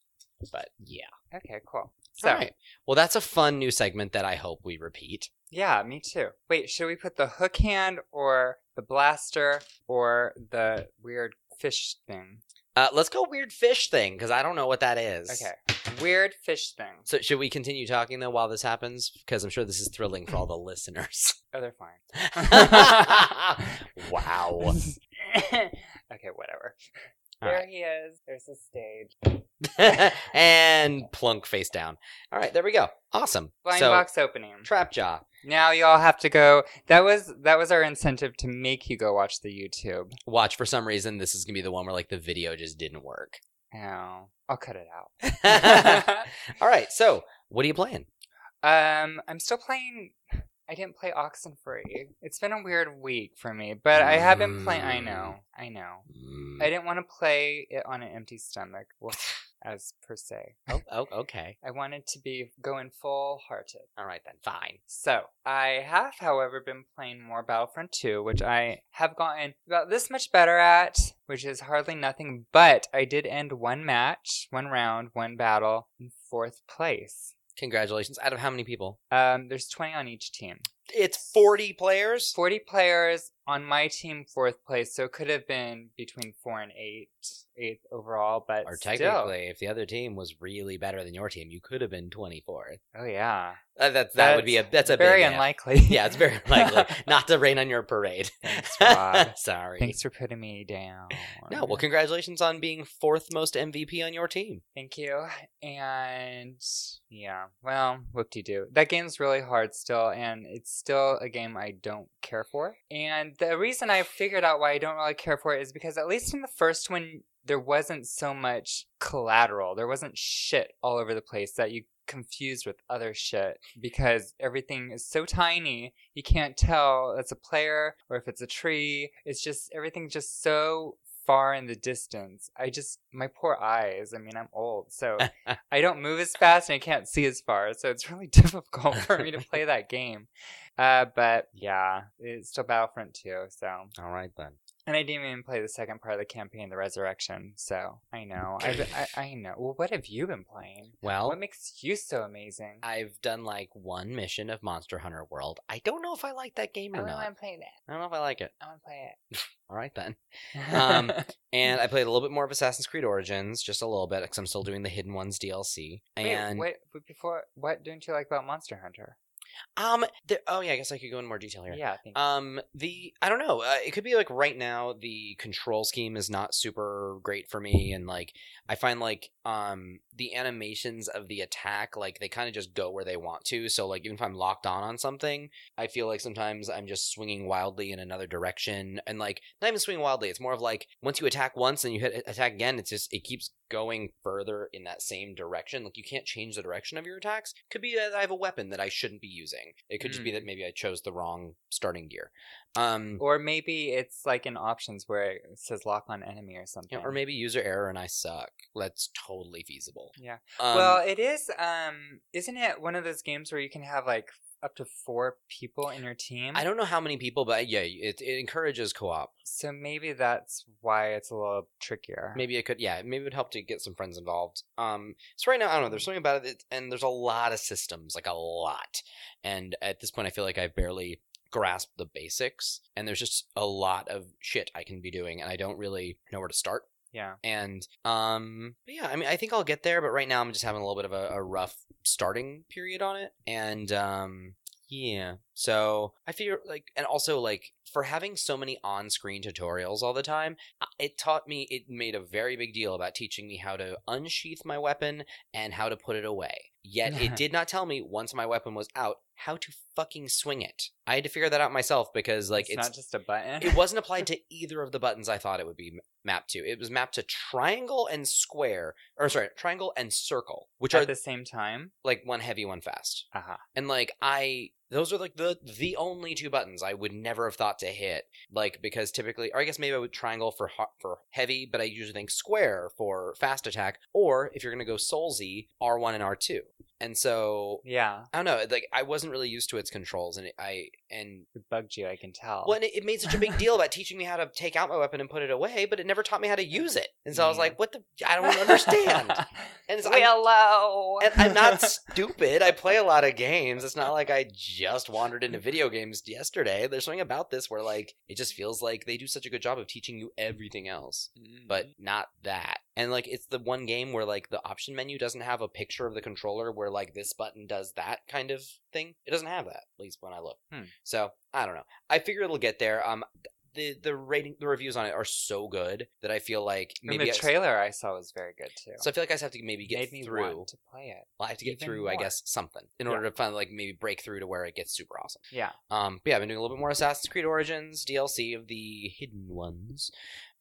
Speaker 2: but yeah.
Speaker 1: Okay, cool.
Speaker 2: So,
Speaker 1: So,
Speaker 2: well, that's a fun new segment that I hope we repeat.
Speaker 1: yeah, me too. Wait, should we put the hook hand or the blaster or the weird fish thing?
Speaker 2: Uh, let's go weird fish thing because I don't know what that is.
Speaker 1: Okay. Weird fish thing.
Speaker 2: So should we continue talking though while this happens? Because I'm sure this is thrilling for all the listeners.
Speaker 1: Oh, they're fine.
Speaker 2: wow.
Speaker 1: okay, whatever.
Speaker 2: All
Speaker 1: there
Speaker 2: right.
Speaker 1: he is. There's the stage.
Speaker 2: and plunk face down. All right, there we go. Awesome.
Speaker 1: Blind
Speaker 2: so
Speaker 1: box opening.
Speaker 2: trap jaw.
Speaker 1: Now you all have to go. That was that was our incentive to make you go watch the YouTube.
Speaker 2: Watch for some reason this is gonna be the one where like the video just didn't work.
Speaker 1: Oh, I'll cut it out.
Speaker 2: All right, so what are you playing?
Speaker 1: um, I'm still playing. I didn't play Oxenfree. It's been a weird week for me, but I have been playing. I know, I know. I
Speaker 2: Mm,
Speaker 1: didn't want to play it on an empty stomach, well, as per se.
Speaker 2: Oh, oh, okay.
Speaker 1: I wanted to be going full hearted.
Speaker 2: All right then. Fine.
Speaker 1: So, I have, however, been playing more Battlefront 2, which I have gotten about this much better at, which is hardly nothing, but I did end one match, one round, one battle in fourth place.
Speaker 2: Congratulations. Out of how many people?
Speaker 1: Um, there's 20 on each team.
Speaker 2: It's 40 players.
Speaker 1: 40 players on my team, fourth place, so it could have been between four and eight, eighth overall, but
Speaker 2: Or
Speaker 1: still.
Speaker 2: technically, if the other team was really better than your team, you could have been 24th.
Speaker 1: Oh, yeah.
Speaker 2: Uh, that that would be a that's a
Speaker 1: very
Speaker 2: big if.
Speaker 1: unlikely.
Speaker 2: Yeah, it's very unlikely. Not to rain on your parade.
Speaker 1: Thanks, Rob.
Speaker 2: Sorry.
Speaker 1: Thanks for putting me down.
Speaker 2: No, well, congratulations on being fourth most MVP on your team.
Speaker 1: Thank you. And yeah, well, whoop de doo. That game's really hard still, and it's still a game I don't care for. And the reason I figured out why I don't really care for it is because, at least in the first one, there wasn't so much collateral. There wasn't shit all over the place that you confused with other shit because everything is so tiny you can't tell if it's a player or if it's a tree it's just everything just so far in the distance i just my poor eyes i mean i'm old so i don't move as fast and i can't see as far so it's really difficult for me to play that game uh but yeah it's still battlefront 2 so
Speaker 2: All right then.
Speaker 1: and i didn't even play the second part of the campaign the resurrection so i know i i, I know well what have you been playing
Speaker 2: Well,
Speaker 1: what makes you so amazing
Speaker 2: I've done like one mission of Monster Hunter World. I don't know if I like that game
Speaker 1: I
Speaker 2: or
Speaker 1: really
Speaker 2: not.
Speaker 1: want to play that.
Speaker 2: I don't know if I like it.
Speaker 1: I want to play
Speaker 2: All right
Speaker 1: Hmm.
Speaker 2: then.
Speaker 1: it.
Speaker 2: Um, And I played a little bit more of Assassin's Creed Origins, just a little bit, because I'm still doing the Hidden Ones DLC.
Speaker 1: Wait,
Speaker 2: And
Speaker 1: wait, but before, what don't you like about Monster Hunter?
Speaker 2: um, there, oh yeah, I guess I could go in more detail here.
Speaker 1: Yeah, thank you.
Speaker 2: Um, the I don't know. Uh, it could be like right now the control scheme is not super great for me, and like I find like um the animations of the attack like they kind of just go where they want to. So like even if I'm locked on on something, I feel like sometimes I'm just swinging wildly in another direction, and like not even swinging wildly. It's more of like once you attack once and you hit attack again, it's just it keeps going further in that same direction. Like you can't change the direction of your attacks. Could be that I have a weapon that I shouldn't be using. It could just be
Speaker 1: Mm.
Speaker 2: that maybe I chose the wrong starting gear. Um,
Speaker 1: or maybe it's like in options where it says lock on enemy or something.
Speaker 2: you know, or maybe user error and I suck. That's totally feasible.
Speaker 1: Yeah.
Speaker 2: Um,
Speaker 1: well, it is. Um, isn't it one of those games where you can have like up to four people in your team?
Speaker 2: I don't know how many people, but yeah, it, it encourages co-op.
Speaker 1: So maybe that's why it's a little trickier.
Speaker 2: Maybe it could, yeah, maybe it would help to get some friends involved. Um, so right now, I don't know. There's something about it, that- and there's a lot of systems, like a lot. And at this point, I feel like I've barely grasped the basics, and there's just a lot of shit I can be doing, and I don't really know where to start.
Speaker 1: Yeah.
Speaker 2: And um, but yeah, I mean, I think I'll get there, but right now I'm just having a little bit of a, a rough starting period on it, and um, yeah. So I feel like, and also like for having so many on-screen tutorials all the time, I- it taught me. It made a very big deal about teaching me how to unsheath my weapon and how to put it away. Yet it did not tell me once my weapon was out how to fucking swing it. I had to figure that out myself because like
Speaker 1: it's, not just a button.
Speaker 2: it wasn't applied to either of the buttons I thought it would be m- mapped to. It was mapped to triangle and square, or sorry, triangle and circle, which
Speaker 1: at
Speaker 2: are
Speaker 1: the same time.
Speaker 2: like one heavy, one fast.
Speaker 1: Uh-huh.
Speaker 2: And like I, those are like the the only two buttons I would never have thought to hit, like because typically, or I guess maybe I would triangle for ho- for heavy, but I usually think square for fast attack, or if you're gonna go soulsy, R one and R two. And so
Speaker 1: Yeah,
Speaker 2: I don't know, like I wasn't really used to its controls, and it, I and
Speaker 1: it bugged you. I can tell.
Speaker 2: well, and it, it made such a big deal about teaching me how to take out my weapon and put it away, but it never taught me how to use it. And so I was like, what the? I don't understand. and so I'm,
Speaker 1: Willow.
Speaker 2: and I'm not stupid. I play a lot of games. It's not like I just wandered into video games yesterday. There's something about this where like it just feels like they do such a good job of teaching you everything else, but
Speaker 1: Mm-hmm.
Speaker 2: not that. And like it's the one game where like the option menu doesn't have a picture of the controller where like this button does that kind of thing. It doesn't have that, at least when I look.
Speaker 1: Hmm.
Speaker 2: So I don't know. I figure it'll get there. Um the the rating the reviews on it are so good that I feel like
Speaker 1: And
Speaker 2: maybe
Speaker 1: the
Speaker 2: I-
Speaker 1: trailer I saw was very good too.
Speaker 2: so I feel like I just have to maybe get
Speaker 1: Made me
Speaker 2: through.
Speaker 1: want to play it.
Speaker 2: Well, I have to get
Speaker 1: Even
Speaker 2: through, I
Speaker 1: more.
Speaker 2: guess, something in
Speaker 1: Yeah.
Speaker 2: order to find like maybe break through to where it gets super awesome.
Speaker 1: Yeah.
Speaker 2: Um, but yeah, I've been doing a little bit more Assassin's Creed Origins DLC of the hidden ones.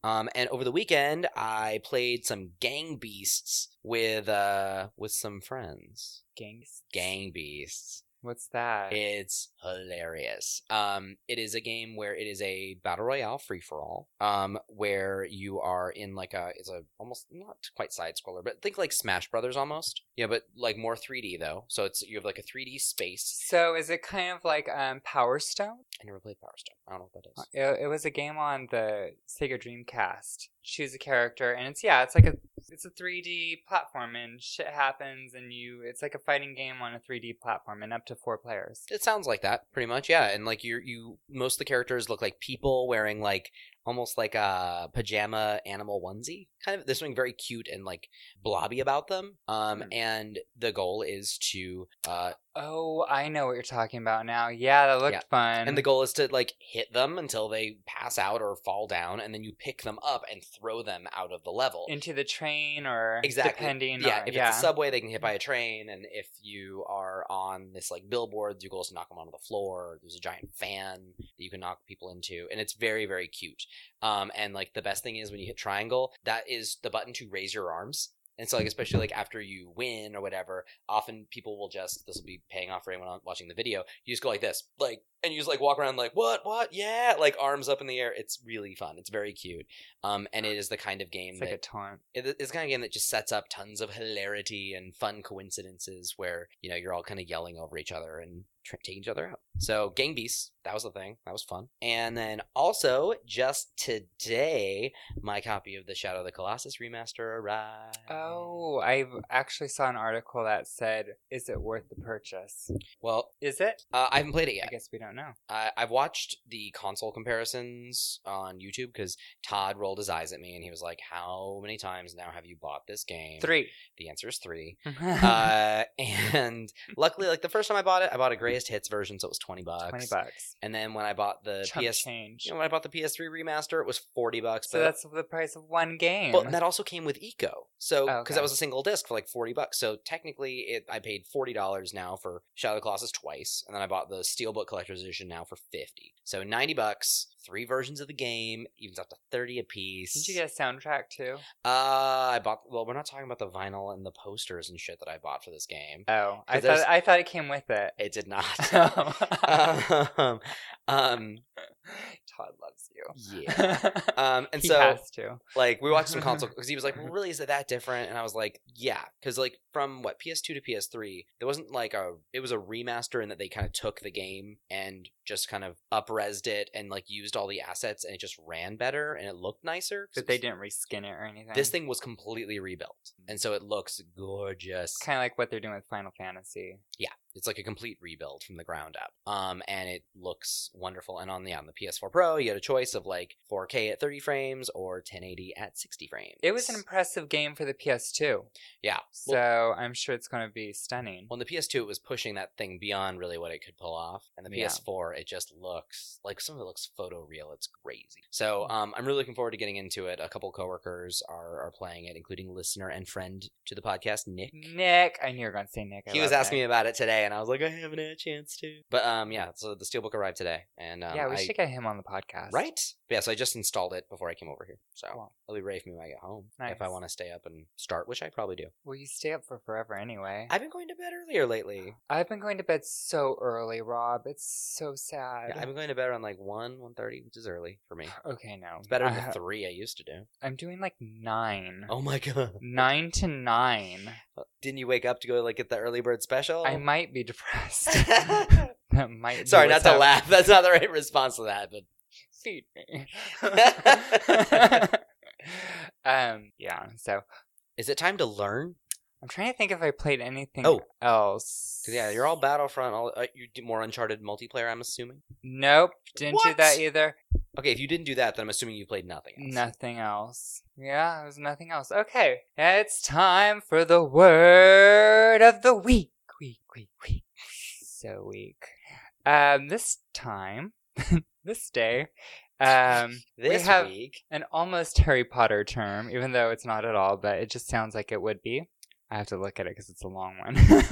Speaker 2: Um, and over the weekend, I played some Gang Beasts with uh with some friends.
Speaker 1: Gangs.
Speaker 2: Gang Beasts.
Speaker 1: What's that?
Speaker 2: It's hilarious. Um, it is a game where it is a battle royale free for all. Um, where you are in like a it's a almost not quite side scroller, but think like Smash Brothers almost. Yeah, but like more 3D though. So it's you have like a 3D space.
Speaker 1: so is it kind of like um, Power Stone?
Speaker 2: I never played Power Stone. I don't know what that is.
Speaker 1: It, it was a game on the Sega Dreamcast. Choose a character, and it's yeah, it's like a it's a 3D platform, and shit happens, and you it's like a fighting game on a 3D platform, and up to four players.
Speaker 2: It sounds like that pretty much. Yeah, and like you you most of the characters look like people wearing like almost like a pajama animal onesie kind of there's something very cute and like blobby about them um
Speaker 1: Hmm.
Speaker 2: and the goal is to uh
Speaker 1: Oh, I know what you're talking about now. Yeah, that looked
Speaker 2: Yeah.
Speaker 1: fun.
Speaker 2: And the goal is to like hit them until they pass out or fall down, and then you pick them up and throw them out of the level.
Speaker 1: into the train or
Speaker 2: Exactly.
Speaker 1: depending
Speaker 2: yeah,
Speaker 1: on
Speaker 2: if
Speaker 1: yeah.
Speaker 2: it's a subway, they can hit by a train, and if you are on this like billboard, your goal is to knock them onto the floor. There's a giant fan that you can knock people into, and it's very very cute. Um, and like the best thing is when you hit triangle, that is the button to raise your arms. And so, like, especially like after you win or whatever, often people will just this will be paying off for anyone on- watching the video. You just go like this, like, and you just like walk around like what, what, yeah, like arms up in the air. It's really fun. It's very cute. Um, and it is the kind of game
Speaker 1: it's
Speaker 2: that
Speaker 1: like a taunt.
Speaker 2: it- it's the kind of game that just sets up tons of hilarity and fun coincidences where you know you're all kind of yelling over each other and tr- taking each other out. So Gang Beasts, that was the thing, that was fun. And then also just today, my copy of the Shadow of the Colossus remaster arrived.
Speaker 1: Oh, I actually saw an article that said, "Is it worth the purchase?"
Speaker 2: well,
Speaker 1: Is it?
Speaker 2: uh, I haven't played it yet.
Speaker 1: I guess we don't know.
Speaker 2: I, I've watched the console comparisons on YouTube because Todd rolled his eyes at me and he was like, "How many times now have you bought this game?"
Speaker 1: Three.
Speaker 2: The answer is three. uh, and luckily, like the first time I bought it, I bought a greatest hits version, so it was twenty bucks.
Speaker 1: Twenty bucks.
Speaker 2: And then when I bought the
Speaker 1: Chump
Speaker 2: PS,
Speaker 1: change.
Speaker 2: you know, when I bought the PS3 remaster, it was forty bucks.
Speaker 1: so
Speaker 2: but
Speaker 1: that's the price of one game.
Speaker 2: well, and that also came with Eco, so because
Speaker 1: Oh, okay.
Speaker 2: that was a single disc for like forty bucks. So technically, it I paid forty dollars now for Shadow of the Colossus twice, and then I bought the Steelbook Collector's Edition now for fifty. So ninety bucks, three versions of the game, evens out to thirty apiece.
Speaker 1: Didn't you get a soundtrack too?
Speaker 2: Uh, I bought. Well, we're not talking about the vinyl and the posters and shit that I bought for this game.
Speaker 1: Oh, I
Speaker 2: Because there's-
Speaker 1: thought I thought it came with it.
Speaker 2: It did not.
Speaker 1: Todd
Speaker 2: um, um,
Speaker 1: loves you.
Speaker 2: yeah. Um, and
Speaker 1: he
Speaker 2: so,
Speaker 1: has Mm-hmm. to.
Speaker 2: like, we watched some console because he was like, well, "Really, is it that different?" And I was like, "Yeah," because like from what PS2 to PS3, there wasn't like a it was a remaster in that they kind of took the game and just kind of upresed it and like used all the assets and it just ran better and it looked nicer. 'cause
Speaker 1: But they
Speaker 2: it was-
Speaker 1: didn't Mm. reskin it or anything.
Speaker 2: This thing was completely rebuilt, and so it looks gorgeous.
Speaker 1: kind of like what they're doing with Final Fantasy.
Speaker 2: Yeah, it's like a complete rebuild from the ground up. Um, and it looks wonderful. And on the on the PS4 Pro, you had a choice of like 4K at 30 frames or 1080 at 60 frames.
Speaker 1: It was an impressive game for the PS2.
Speaker 2: yeah.
Speaker 1: So
Speaker 2: Well,
Speaker 1: I'm sure it's going to be stunning.
Speaker 2: on the PS2, it was pushing that thing beyond really what it could pull off, and the
Speaker 1: Yeah.
Speaker 2: PS4, it just looks like some of it looks photoreal. It's crazy.
Speaker 1: Mm.
Speaker 2: So um, I'm really looking forward to getting into it. A couple coworkers are are playing it, including listener and friend to the podcast, Nick.
Speaker 1: Nick, I knew you were going to say Nick. I
Speaker 2: He was
Speaker 1: love
Speaker 2: asking
Speaker 1: Mm. Nick.
Speaker 2: me about it today, and I was like, I haven't had a chance to. But um, yeah, so the steelbook arrived today, and um,
Speaker 1: yeah, we
Speaker 2: I,
Speaker 1: should get him on the podcast.
Speaker 2: Right? Yeah, so I just installed it before I came over here. So
Speaker 1: Cool.
Speaker 2: it'll be ready for me when I get home. If I
Speaker 1: Nice.
Speaker 2: want to stay up and start, which I probably do.
Speaker 1: Well, you stay up for forever anyway.
Speaker 2: I've been going to bed earlier lately.
Speaker 1: I, have been going to bed so early, Rob. It's so sad.
Speaker 2: Yeah, I've been going to bed around like 1, 1.30, which is early for me.
Speaker 1: okay, no.
Speaker 2: It's better than
Speaker 1: I-
Speaker 2: the 3 I used to do.
Speaker 1: I'm doing like nine.
Speaker 2: Oh my god. Uh,
Speaker 1: Nine to nine.
Speaker 2: Didn't you wake up to go like get the early bird special?
Speaker 1: I might be depressed. that might. be
Speaker 2: Oh. Sorry, not
Speaker 1: what's
Speaker 2: to
Speaker 1: happening.
Speaker 2: laugh. That's not the right response to that, but
Speaker 1: Feed me. Um, yeah. So
Speaker 2: Is it time to learn?
Speaker 1: I'm trying to think if I played anything
Speaker 2: Oh.
Speaker 1: else.
Speaker 2: 'Cause, yeah, you're all Battlefront. All uh, you do more Uncharted multiplayer. I'm assuming.
Speaker 1: Nope, didn't do
Speaker 2: What?
Speaker 1: that either.
Speaker 2: Okay, if you didn't do that, then I'm assuming you played nothing. Else.
Speaker 1: Nothing else. Yeah, it was nothing else. Okay, it's time for the word of the week. Week, week, week. So week. Um, this time, this day, um,
Speaker 2: This
Speaker 1: we have
Speaker 2: week,
Speaker 1: an almost Harry Potter term, even though it's not at all, but it just sounds like it would be. I have to look at it because it's a long one.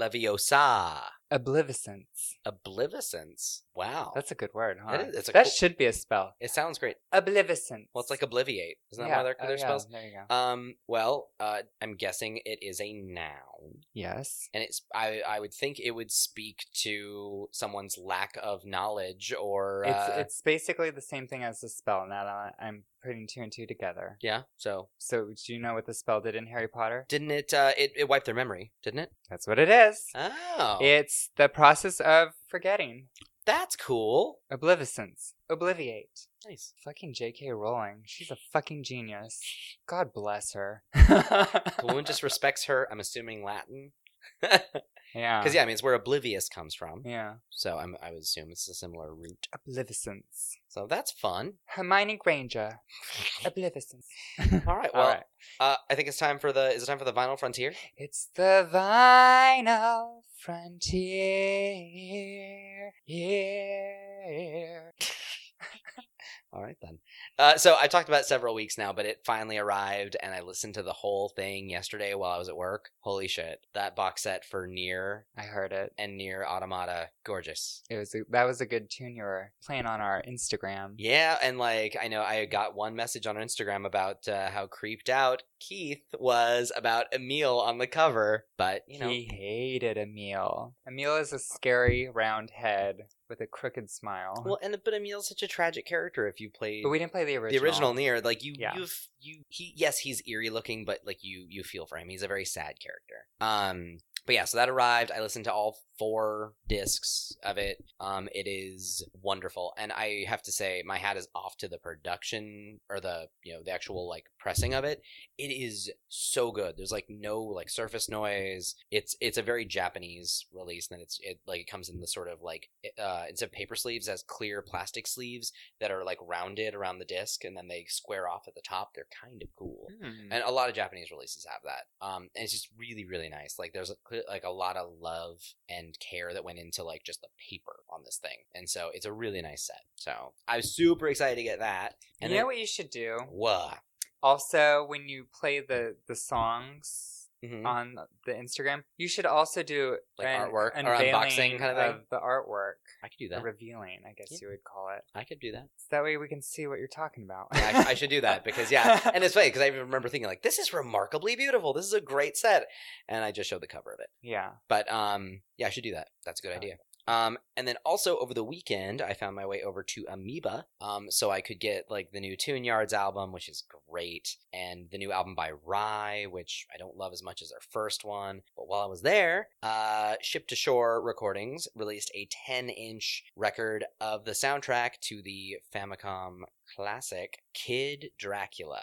Speaker 2: Leviosa,
Speaker 1: Obliviscence.
Speaker 2: Obliviscence. Wow,
Speaker 1: That's a good word, huh?
Speaker 2: That is- it's a
Speaker 1: that
Speaker 2: cool-
Speaker 1: should be a spell.
Speaker 2: it sounds great.
Speaker 1: Obliviscence.
Speaker 2: Well, it's like obliviate. Isn't
Speaker 1: Yeah.
Speaker 2: that one of their,
Speaker 1: Oh,
Speaker 2: their
Speaker 1: yeah.
Speaker 2: spells?
Speaker 1: There you go.
Speaker 2: Um. Well, uh, I'm guessing it is a noun,
Speaker 1: Yes.
Speaker 2: and it's I I would think it would speak to someone's lack of knowledge or uh,
Speaker 1: It's it's basically the same thing as the spell. Now that I- I'm putting two and two together.
Speaker 2: yeah. So
Speaker 1: So do you know what the spell did in Harry Potter?
Speaker 2: didn't it? Uh, it it wiped their memory, didn't it?
Speaker 1: That's what it is.
Speaker 2: Oh,
Speaker 1: It's the process of forgetting.
Speaker 2: that's cool.
Speaker 1: Obliviscence. Obliviate.
Speaker 2: Nice.
Speaker 1: Fucking J.K. Rowling. She's a fucking genius. God bless her.
Speaker 2: The woman just respects her. I'm assuming Latin,
Speaker 1: yeah.
Speaker 2: because yeah, I mean it's where oblivious comes from.
Speaker 1: Uh. Yeah.
Speaker 2: So I'm, I would assume it's a similar root.
Speaker 1: Obliviscence.
Speaker 2: So that's fun.
Speaker 1: Hermione Granger. Obliviscence.
Speaker 2: All right.
Speaker 1: All
Speaker 2: Well,
Speaker 1: right.
Speaker 2: uh, I think it's time for the. Is it time for the vinyl frontier?
Speaker 1: It's the vinyl frontier. Yeah.
Speaker 2: All right then. Uh, so I talked about it several weeks now, but it finally arrived, and I listened to the whole thing yesterday while I was at work. Holy shit! That box set for Near
Speaker 1: I heard it.
Speaker 2: and Near Automata, gorgeous.
Speaker 1: It was a, that was a good tune you were playing on our Instagram.
Speaker 2: Yeah, and like I know I got one message on Instagram about uh, how creeped out Keith was about Emil on the cover, but you know,
Speaker 1: He hated Emil. Emil is a scary round head with a crooked smile.
Speaker 2: well, and but Emil's such a tragic character. If you played
Speaker 1: but we didn't play the
Speaker 2: the
Speaker 1: original.
Speaker 2: original Near, like you,
Speaker 1: Yeah.
Speaker 2: you've you he yes he's eerie looking, but like you you feel for him. He's a very sad character. Um, but yeah, so that arrived. I listened to all four discs of it. Um, it is wonderful, and I have to say my hat is off to the production or the you know the actual like pressing of it. It is so good. There's like no like surface noise. It's it's a very Japanese release, and then it's it like it comes in the sort of like uh instead of paper sleeves as clear plastic sleeves that are like rounded around the disc and then they square off at the top. They're kind of cool.
Speaker 1: Hmm.
Speaker 2: And a lot of Japanese releases have that. Um, and it's just really, really nice. Like there's a, like a lot of love and care that went into like just the paper on this thing. And so it's a really nice set. So I was super excited to get that. And
Speaker 1: you know
Speaker 2: then,
Speaker 1: what you should do?
Speaker 2: what?
Speaker 1: Also, when you play the the songs
Speaker 2: Mhm.
Speaker 1: on the Instagram, you should also do
Speaker 2: Like
Speaker 1: an
Speaker 2: artwork or
Speaker 1: unveiling
Speaker 2: unboxing kind of thing?
Speaker 1: the artwork.
Speaker 2: I could do
Speaker 1: A
Speaker 2: that.
Speaker 1: revealing, I guess
Speaker 2: Yeah.
Speaker 1: you would call it.
Speaker 2: I could do that.
Speaker 1: So that way we can see what you're talking about.
Speaker 2: Yeah, I, I should do that because yeah, and it's funny because I remember thinking like this is remarkably beautiful. This is a great set, and I just showed the cover of it.
Speaker 1: yeah.
Speaker 2: But um, yeah, I should do that. That's a good idea. Um, and then also over the weekend, I found my way over to Amoeba, um, so I could get like the new Tune Yards album, which is great, and the new album by Rye, which I don't love as much as their first one. But while I was there, uh, Ship to Shore Recordings released a 10-inch record of the soundtrack to the Famicom classic Kid Dracula,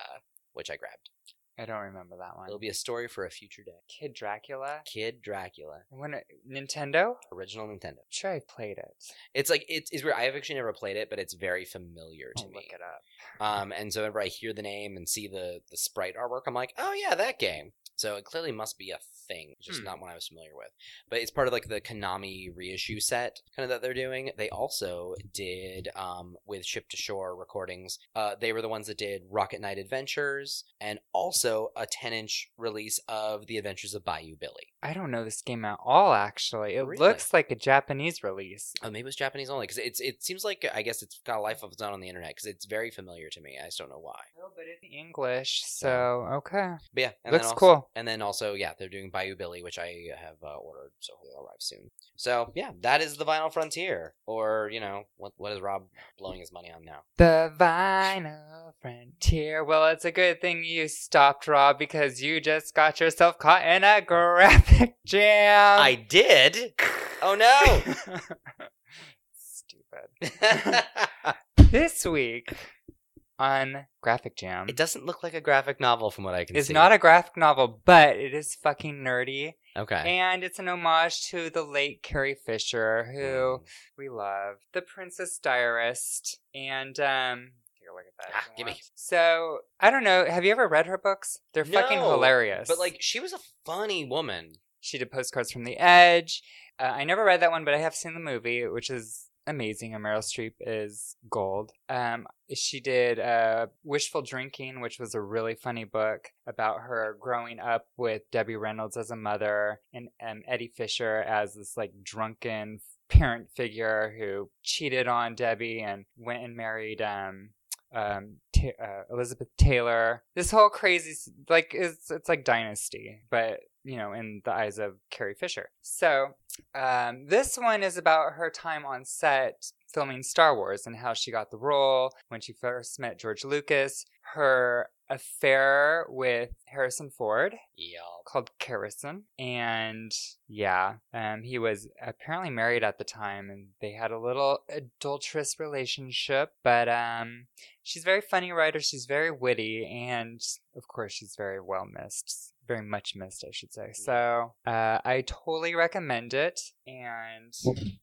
Speaker 2: which I grabbed.
Speaker 1: I don't remember that one.
Speaker 2: It'll be a story for a future day.
Speaker 1: Kid Dracula.
Speaker 2: Kid Dracula,
Speaker 1: When it, Nintendo?
Speaker 2: original Nintendo.
Speaker 1: Sure, I played it.
Speaker 2: It's like it's, it's weird. I've actually never played it, but it's very familiar to
Speaker 1: I'll
Speaker 2: me.
Speaker 1: Oh, look it up.
Speaker 2: Um, and so whenever I hear the name and see the the sprite artwork, I'm like, oh yeah, that game. So it clearly must be a thing, just
Speaker 1: Hmm.
Speaker 2: not one I was familiar with. But it's part of like the Konami reissue set kind of that they're doing. They also did um, with Ship to Shore recordings. Uh, they were the ones that did Rocket Knight Adventures and also a 10 inch release of The Adventures of Bayou Billy.
Speaker 1: I don't know this game at all, actually. It
Speaker 2: Really?
Speaker 1: looks like a Japanese release.
Speaker 2: Oh, maybe it was Japanese only because it's it seems like I guess it's got a life of its own on the internet because it's very familiar to me. I just don't know why.
Speaker 1: No, Oh, but it's English, so okay.
Speaker 2: But yeah, and then
Speaker 1: looks
Speaker 2: also-
Speaker 1: cool.
Speaker 2: And then also, yeah, they're doing Bayou Billy, which I have uh, ordered, so hopefully it'll arrive soon. So yeah, that is the vinyl frontier, or you know, what what is Rob blowing his money on now?
Speaker 1: The vinyl frontier. Well, it's a good thing you stopped, Rob, because you just got yourself caught in a graphic jam.
Speaker 2: I did. Um, Oh no.
Speaker 1: Stupid. This week on Graphic Jam.
Speaker 2: It doesn't look like a graphic novel from what I can
Speaker 1: It's
Speaker 2: see.
Speaker 1: not a graphic novel, but it is fucking nerdy.
Speaker 2: okay.
Speaker 1: And it's an homage to the late Carrie Fisher, who
Speaker 2: Mm.
Speaker 1: we love, the Princess Diarist. And um take a look at that. if
Speaker 2: Ah,
Speaker 1: you
Speaker 2: gimme.
Speaker 1: want. So I don't know. Have you ever read her books? They're fucking
Speaker 2: No,
Speaker 1: hilarious.
Speaker 2: But like, she was a funny woman.
Speaker 1: she did Postcards from the Edge. Uh, I never read that one, but I have seen the movie, which is amazing. And Meryl Streep is gold. Um, she did uh, Wishful Drinking, which was a really funny book about her growing up with Debbie Reynolds as a mother and um, Eddie Fisher as this like drunken parent figure who cheated on Debbie and went and married um, um, Ta uh, Elizabeth Taylor. This whole crazy, s- like, it's it's like Dynasty, but you know, in the eyes of Carrie Fisher. So um, this one is about her time on set filming Star Wars and how she got the role when she first met George Lucas. Her affair with Harrison Ford
Speaker 2: Yeah.
Speaker 1: called Carrison. And yeah, um, he was apparently married at the time and they had a little adulterous relationship. But um, she's a very funny writer. She's very witty. And of course, she's very well missed. Very much missed, I should say. So uh, I totally recommend it. And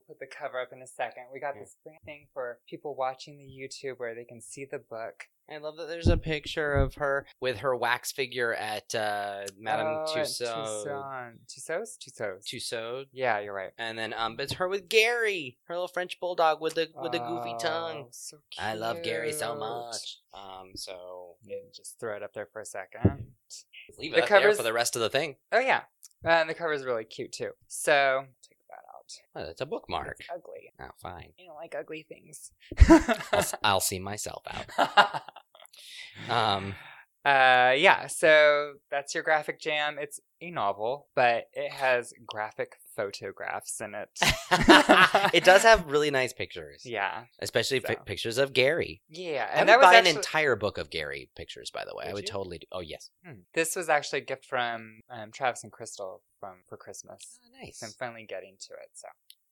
Speaker 1: put the cover up in a second. We got this grand thing for people watching the YouTube where they can see the book.
Speaker 2: I love that there's a picture of her with her wax figure at uh, Madame
Speaker 1: Oh, at
Speaker 2: Tussauds.
Speaker 1: Tussauds? Tussauds.
Speaker 2: Tussauds.
Speaker 1: yeah, you're right.
Speaker 2: And then um, it's her with Gary, her little French bulldog with the with the goofy tongue.
Speaker 1: Oh, so
Speaker 2: I love Gary so
Speaker 1: cute.
Speaker 2: much. Um, so
Speaker 1: Yeah, just throw it up there for a second.
Speaker 2: leave
Speaker 1: The
Speaker 2: it up there
Speaker 1: covers-
Speaker 2: for the rest of the thing.
Speaker 1: Oh yeah, and the cover's really cute too. So take that out.
Speaker 2: Oh, that's a bookmark.
Speaker 1: It's ugly.
Speaker 2: Oh, fine.
Speaker 1: You don't like ugly things.
Speaker 2: I'll, s- I'll see myself out. Um,
Speaker 1: Uh, yeah, so that's your graphic jam. It's a novel, but it has graphic photographs in it.
Speaker 2: it does have really nice pictures,
Speaker 1: Yeah,
Speaker 2: especially fi-
Speaker 1: So.
Speaker 2: pictures of Gary.
Speaker 1: yeah,
Speaker 2: I
Speaker 1: and
Speaker 2: would
Speaker 1: that was
Speaker 2: buy
Speaker 1: actually
Speaker 2: an entire book of Gary pictures, by the way. I
Speaker 1: Would
Speaker 2: would
Speaker 1: you?
Speaker 2: totally do. Oh, yes.
Speaker 1: Hmm. this was actually a gift from um, Travis and Crystal from for Christmas.
Speaker 2: Oh, nice.
Speaker 1: So I'm finally getting to it, so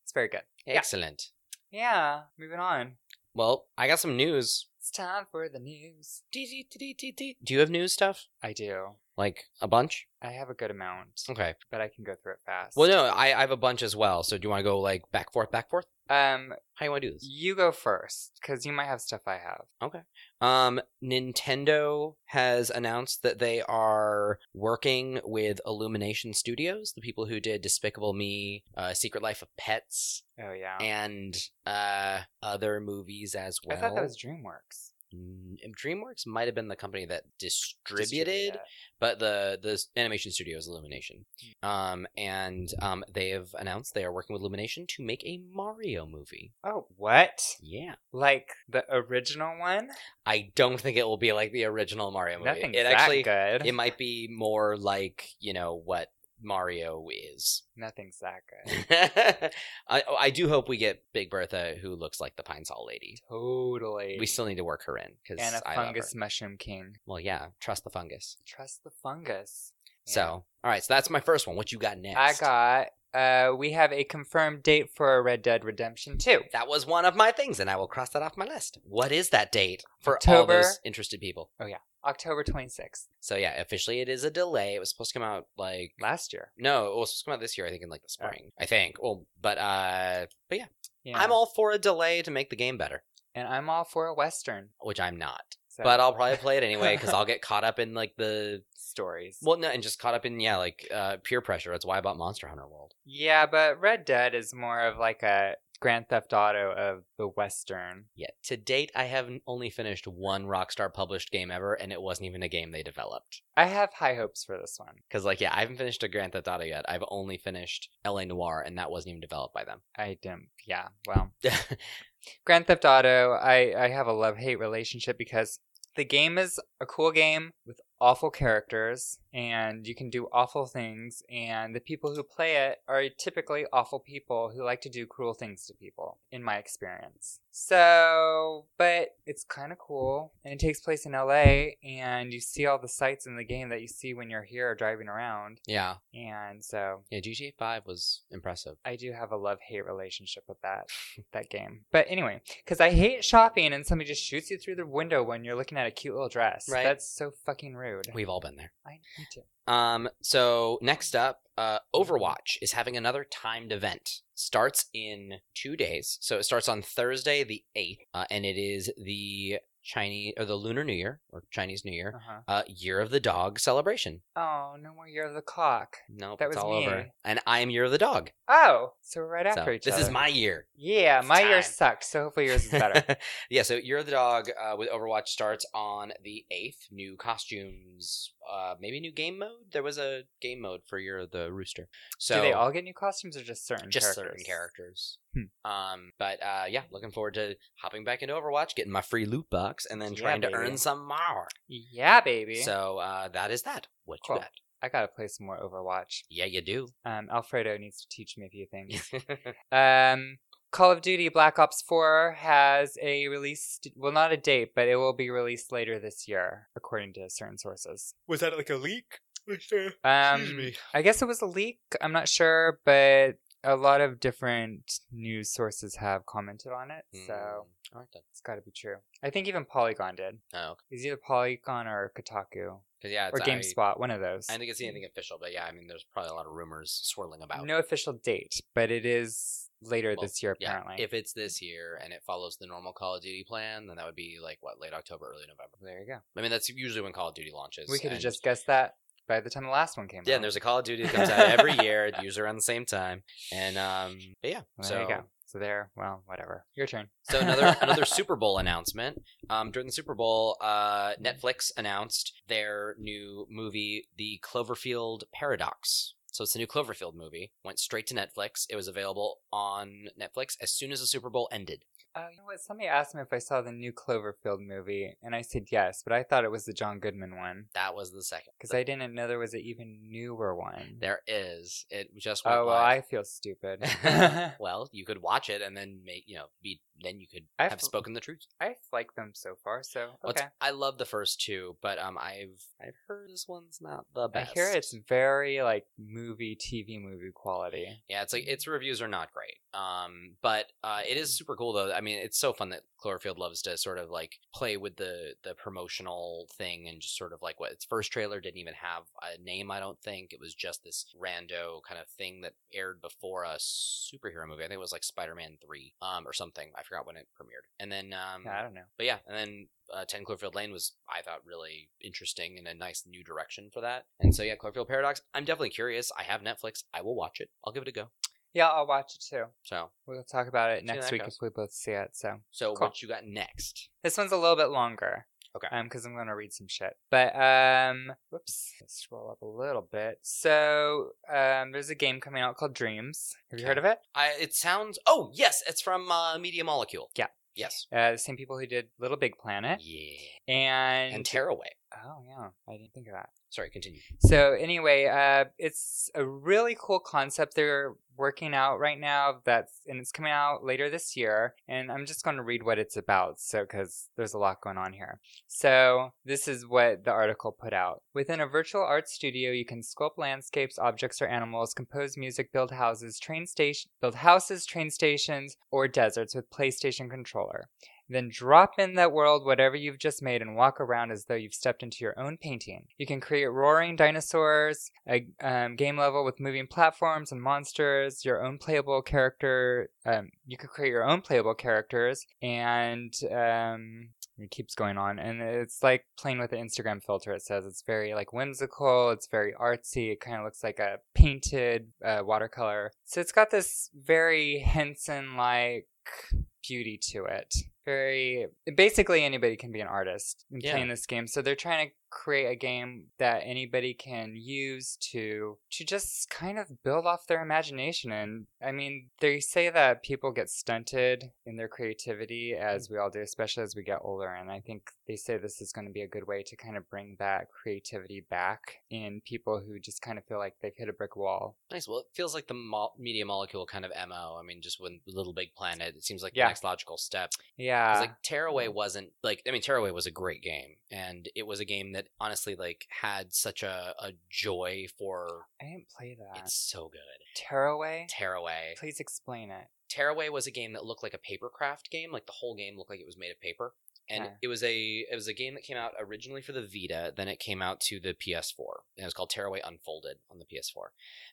Speaker 1: it's very good. Yeah.
Speaker 2: Excellent.
Speaker 1: Yeah, moving on.
Speaker 2: Well, I got some news.
Speaker 1: It's time for the news.
Speaker 2: Do you have news stuff?
Speaker 1: I do.
Speaker 2: Like a bunch?
Speaker 1: I have a good amount,
Speaker 2: Okay.
Speaker 1: but I can go through it fast.
Speaker 2: Well, no, I, I have a bunch as well. So do you want to go like back forth, back forth?
Speaker 1: Um,
Speaker 2: How you want to do this?
Speaker 1: you go first because you might have stuff I have.
Speaker 2: Um, Nintendo has announced that they are working with Illumination Studios, the people who did Despicable Me, uh, Secret Life of Pets,
Speaker 1: Oh yeah,
Speaker 2: and uh, other movies as
Speaker 1: I
Speaker 2: well.
Speaker 1: thought that was DreamWorks.
Speaker 2: Mm, DreamWorks might have been the company that
Speaker 1: Distributed
Speaker 2: distributed
Speaker 1: it.
Speaker 2: but the the s- animation studio is Illumination, um, and um, they have announced they are working with Illumination to make a Mario movie.
Speaker 1: Oh, what?
Speaker 2: Yeah,
Speaker 1: Like the original one?
Speaker 2: I don't think it will be like the original Mario movie.
Speaker 1: Nothing's
Speaker 2: it
Speaker 1: that
Speaker 2: actually
Speaker 1: good.
Speaker 2: it might be more like you know what Mario is.
Speaker 1: Nothing's that good.
Speaker 2: I, I do hope we get Big Bertha, who looks like the Pine Sol lady.
Speaker 1: totally.
Speaker 2: We still need to work her in because
Speaker 1: and a
Speaker 2: I love her.
Speaker 1: fungus mushroom king.
Speaker 2: Well, yeah, trust the fungus.
Speaker 1: Trust the fungus. Yeah.
Speaker 2: So, all right, so that's my first one. What you got
Speaker 1: I
Speaker 2: next?
Speaker 1: got. Uh, we have a confirmed date for Red Dead Redemption Two.
Speaker 2: That was one of my things, and I will cross that off my list. What is that date for
Speaker 1: October.
Speaker 2: all those interested people?
Speaker 1: October 26th,
Speaker 2: So yeah, officially it is a delay. It was supposed to come out like
Speaker 1: last year.
Speaker 2: no, it was supposed to come out this year. I think in like
Speaker 1: Oh.
Speaker 2: the spring. I think. Well, but uh, but yeah,
Speaker 1: Yeah.
Speaker 2: I'm all for a delay to make the game better,
Speaker 1: and I'm all for a western.
Speaker 2: which I'm not.
Speaker 1: So
Speaker 2: But I'll probably play it anyway because I'll get caught up in like the
Speaker 1: stories.
Speaker 2: well, no, and just caught up in yeah, like uh, peer pressure. That's why I bought Monster Hunter World.
Speaker 1: yeah, but Red Dead is more of like a Grand Theft Auto of the western.
Speaker 2: Yeah, to date, I have only finished one Rockstar published game ever, and it wasn't even a game they developed.
Speaker 1: I have high hopes for this one.
Speaker 2: Because like yeah, I haven't finished a Grand Theft Auto yet. I've only finished L.A. Noir, and that wasn't even developed by them.
Speaker 1: I didn't. Yeah, well, Grand Theft Auto. I I have a love hate relationship because the game is a cool game with awful characters and you can do awful things and the people who play it are typically awful people who like to do cruel things to people in my experience so but it's kind of cool and it takes place in la and you see all the sights in the game that you see when you're here driving around
Speaker 2: Yeah.
Speaker 1: and so
Speaker 2: Yeah, GTA 5 was impressive.
Speaker 1: I do have a love hate relationship with that that game. But anyway, because I hate shopping and somebody just shoots you through the window when you're looking at a cute little dress.
Speaker 2: Right.
Speaker 1: That's so fucking rude.
Speaker 2: We've all been there.
Speaker 1: I me too.
Speaker 2: Um, so next up, uh, Overwatch is having another timed event. Starts in two days. So it starts on Thursday, the 8th, uh, and it is the Chinese or the Lunar New Year or Chinese New Year,
Speaker 1: Uh-huh.
Speaker 2: uh, Year of the Dog celebration.
Speaker 1: Oh, no more Year of the Cock.
Speaker 2: No, nope,
Speaker 1: That
Speaker 2: it's
Speaker 1: was
Speaker 2: all
Speaker 1: me.
Speaker 2: over. And I am Year of the Dog.
Speaker 1: Oh, so we're right
Speaker 2: So
Speaker 1: after each
Speaker 2: this
Speaker 1: other.
Speaker 2: is my year.
Speaker 1: Yeah,
Speaker 2: It's
Speaker 1: my year
Speaker 2: time.
Speaker 1: sucked, so hopefully yours is better.
Speaker 2: yeah, so Year of the Dog uh, with Overwatch starts on the 8th. New costumes, uh, maybe new game mode? There was a game mode for Year of the Rooster. So
Speaker 1: Do they all get new costumes or just Hmm. certain
Speaker 2: just
Speaker 1: characters?
Speaker 2: certain characters. Um, but uh, yeah, looking forward to hopping back into Overwatch, getting my free loot box, and then
Speaker 1: Yeah,
Speaker 2: trying to
Speaker 1: baby.
Speaker 2: earn some more.
Speaker 1: Yeah, baby.
Speaker 2: So uh, that is that. What
Speaker 1: Cool.
Speaker 2: you got?
Speaker 1: I gotta play some more Overwatch.
Speaker 2: Yeah, you do.
Speaker 1: Um, Alfredo needs to teach me a few things. Um, Call of Duty Black Ops 4 has a release, well, not a date, but it will be released later this year, according to certain sources.
Speaker 2: was that like a leak?
Speaker 1: uh, Um, I guess it was a leak. I'm not sure, but a lot of different news sources have commented on it, so
Speaker 2: hmm. all right then.
Speaker 1: it's got to be true. I think even Polygon did.
Speaker 2: Oh,
Speaker 1: It's either Polygon or Kotaku
Speaker 2: because yeah,
Speaker 1: or
Speaker 2: it's, I,
Speaker 1: GameSpot, one of those.
Speaker 2: I think it's anything official, but yeah, I mean, there's probably a lot of rumors swirling about.
Speaker 1: Mm. No official date, but it is later
Speaker 2: Well,
Speaker 1: this year,
Speaker 2: Yeah,
Speaker 1: apparently.
Speaker 2: if it's this year and it follows the normal Call of Duty plan, then that would be like what late October, early November.
Speaker 1: there you go.
Speaker 2: I mean, that's usually when Call of Duty launches.
Speaker 1: We could have
Speaker 2: and-
Speaker 1: just guessed that by the time the last one came out.
Speaker 2: Yeah, and there's a Call of Duty that comes out every year, usually around the same time. And um, but yeah,
Speaker 1: There
Speaker 2: so
Speaker 1: you go. So there, well, whatever. Your turn.
Speaker 2: so another another Super Bowl announcement. Um, during the Super Bowl, uh, Netflix announced their new movie, The Cloverfield Paradox. So it's a new Cloverfield movie. Went straight to Netflix. It was available on Netflix as soon as the Super Bowl ended.
Speaker 1: Oh, you know what? Somebody asked me if I saw the new Cloverfield movie, and I said yes, but I thought it was the John Goodman one
Speaker 2: That was the second.
Speaker 1: because I didn't know there was an even newer one.
Speaker 2: there is it just went
Speaker 1: Oh well,
Speaker 2: live.
Speaker 1: I feel stupid.
Speaker 2: well, you could watch it and then make you know be then you could
Speaker 1: I've-
Speaker 2: have spoken the truth.
Speaker 1: I like them so far, so
Speaker 2: What's-
Speaker 1: okay.
Speaker 2: I love the first two, but um, I've I've heard this one's not the
Speaker 1: I
Speaker 2: best.
Speaker 1: hear it's very like movie, TV movie quality.
Speaker 2: yeah, it's like its reviews are not great. Um, but uh, it is super cool though. I mean, it's so fun that Cloverfield loves to sort of like play with the the promotional thing and just sort of like what its first trailer didn't even have a name. I don't think it was just this rando kind of thing that aired before a superhero movie. I think it was like Spider Man three, um, or something. I forgot when it premiered. And then um,
Speaker 1: Yeah, I don't know.
Speaker 2: But yeah, and then uh, 10 Cloverfield Lane was, I thought, really interesting and a nice new direction for that. And so, yeah, Cloverfield Paradox, I'm definitely curious. I have Netflix. I will watch it. I'll give it a go.
Speaker 1: Yeah, I'll watch it too.
Speaker 2: So,
Speaker 1: We'll talk about it
Speaker 2: See
Speaker 1: next
Speaker 2: that
Speaker 1: week
Speaker 2: goes.
Speaker 1: if we both see it. So
Speaker 2: so
Speaker 1: Cool.
Speaker 2: what you got next?
Speaker 1: This one's a little bit longer.
Speaker 2: Okay.
Speaker 1: Um, because I'm gonna read some shit. But um, whoops, let's scroll up a little bit. So um, there's a game coming out called Dreams. Have you heard of it?
Speaker 2: I, it sounds, oh, yes, it's from uh, Media Molecule.
Speaker 1: Yeah.
Speaker 2: Yes.
Speaker 1: Uh, the same people who did Little Big Planet
Speaker 2: Yeah.
Speaker 1: and,
Speaker 2: Eh? And Tearaway.
Speaker 1: oh yeah, I didn't think of that.
Speaker 2: Sorry, continue.
Speaker 1: So anyway, uh, it's a really cool concept they're working out right now. That's and it's coming out later this year. And I'm just going to read what it's about, so because there's a lot going on here. So this is what the article put out. Within a virtual art studio, you can sculpt landscapes, objects, or animals, compose music, build houses, train station, build houses, train stations, or deserts with PlayStation controller. Then drop in that world whatever you've just made and walk around as though you've stepped into your own painting. You can create roaring dinosaurs, a um, game level with moving platforms and monsters, your own playable character. Um, you could create your own playable characters, and um, it keeps going on. And it's like playing with an Instagram filter. It says it's very like whimsical. It's very artsy. It kind of looks like a painted uh, watercolor. So it's got this very Henson like beauty to it. very basically anybody can be an artist in
Speaker 2: Yeah.
Speaker 1: playing this game. So they're trying to create a game that anybody can use to to just kind of build off their imagination and I mean they say that people get stunted in their creativity as we all do, especially as we get older and I think they say this is going to be a good way to kind of bring that creativity back in people who just kind of feel like they've hit a brick wall.
Speaker 2: Nice. Well, it feels like the mo- media molecule kind of mo. I mean, just when Little Big Planet, it seems like
Speaker 1: Yeah.
Speaker 2: the next logical step. 'Cause,
Speaker 1: Yeah.
Speaker 2: like Tearaway wasn't like I mean, Tearaway was a great game, and it was a game that honestly like had such a, a joy for.
Speaker 1: I didn't play that.
Speaker 2: It's so good.
Speaker 1: Tearaway?
Speaker 2: Tearaway.
Speaker 1: Please explain it.
Speaker 2: Tearaway was a game that looked like a paper craft game. Like the whole game looked like it was made of paper. And
Speaker 1: Okay.
Speaker 2: it was a it was a game that came out originally for the Vita, then it came out to the PS4. And it was called Tearaway Unfolded on the PS4.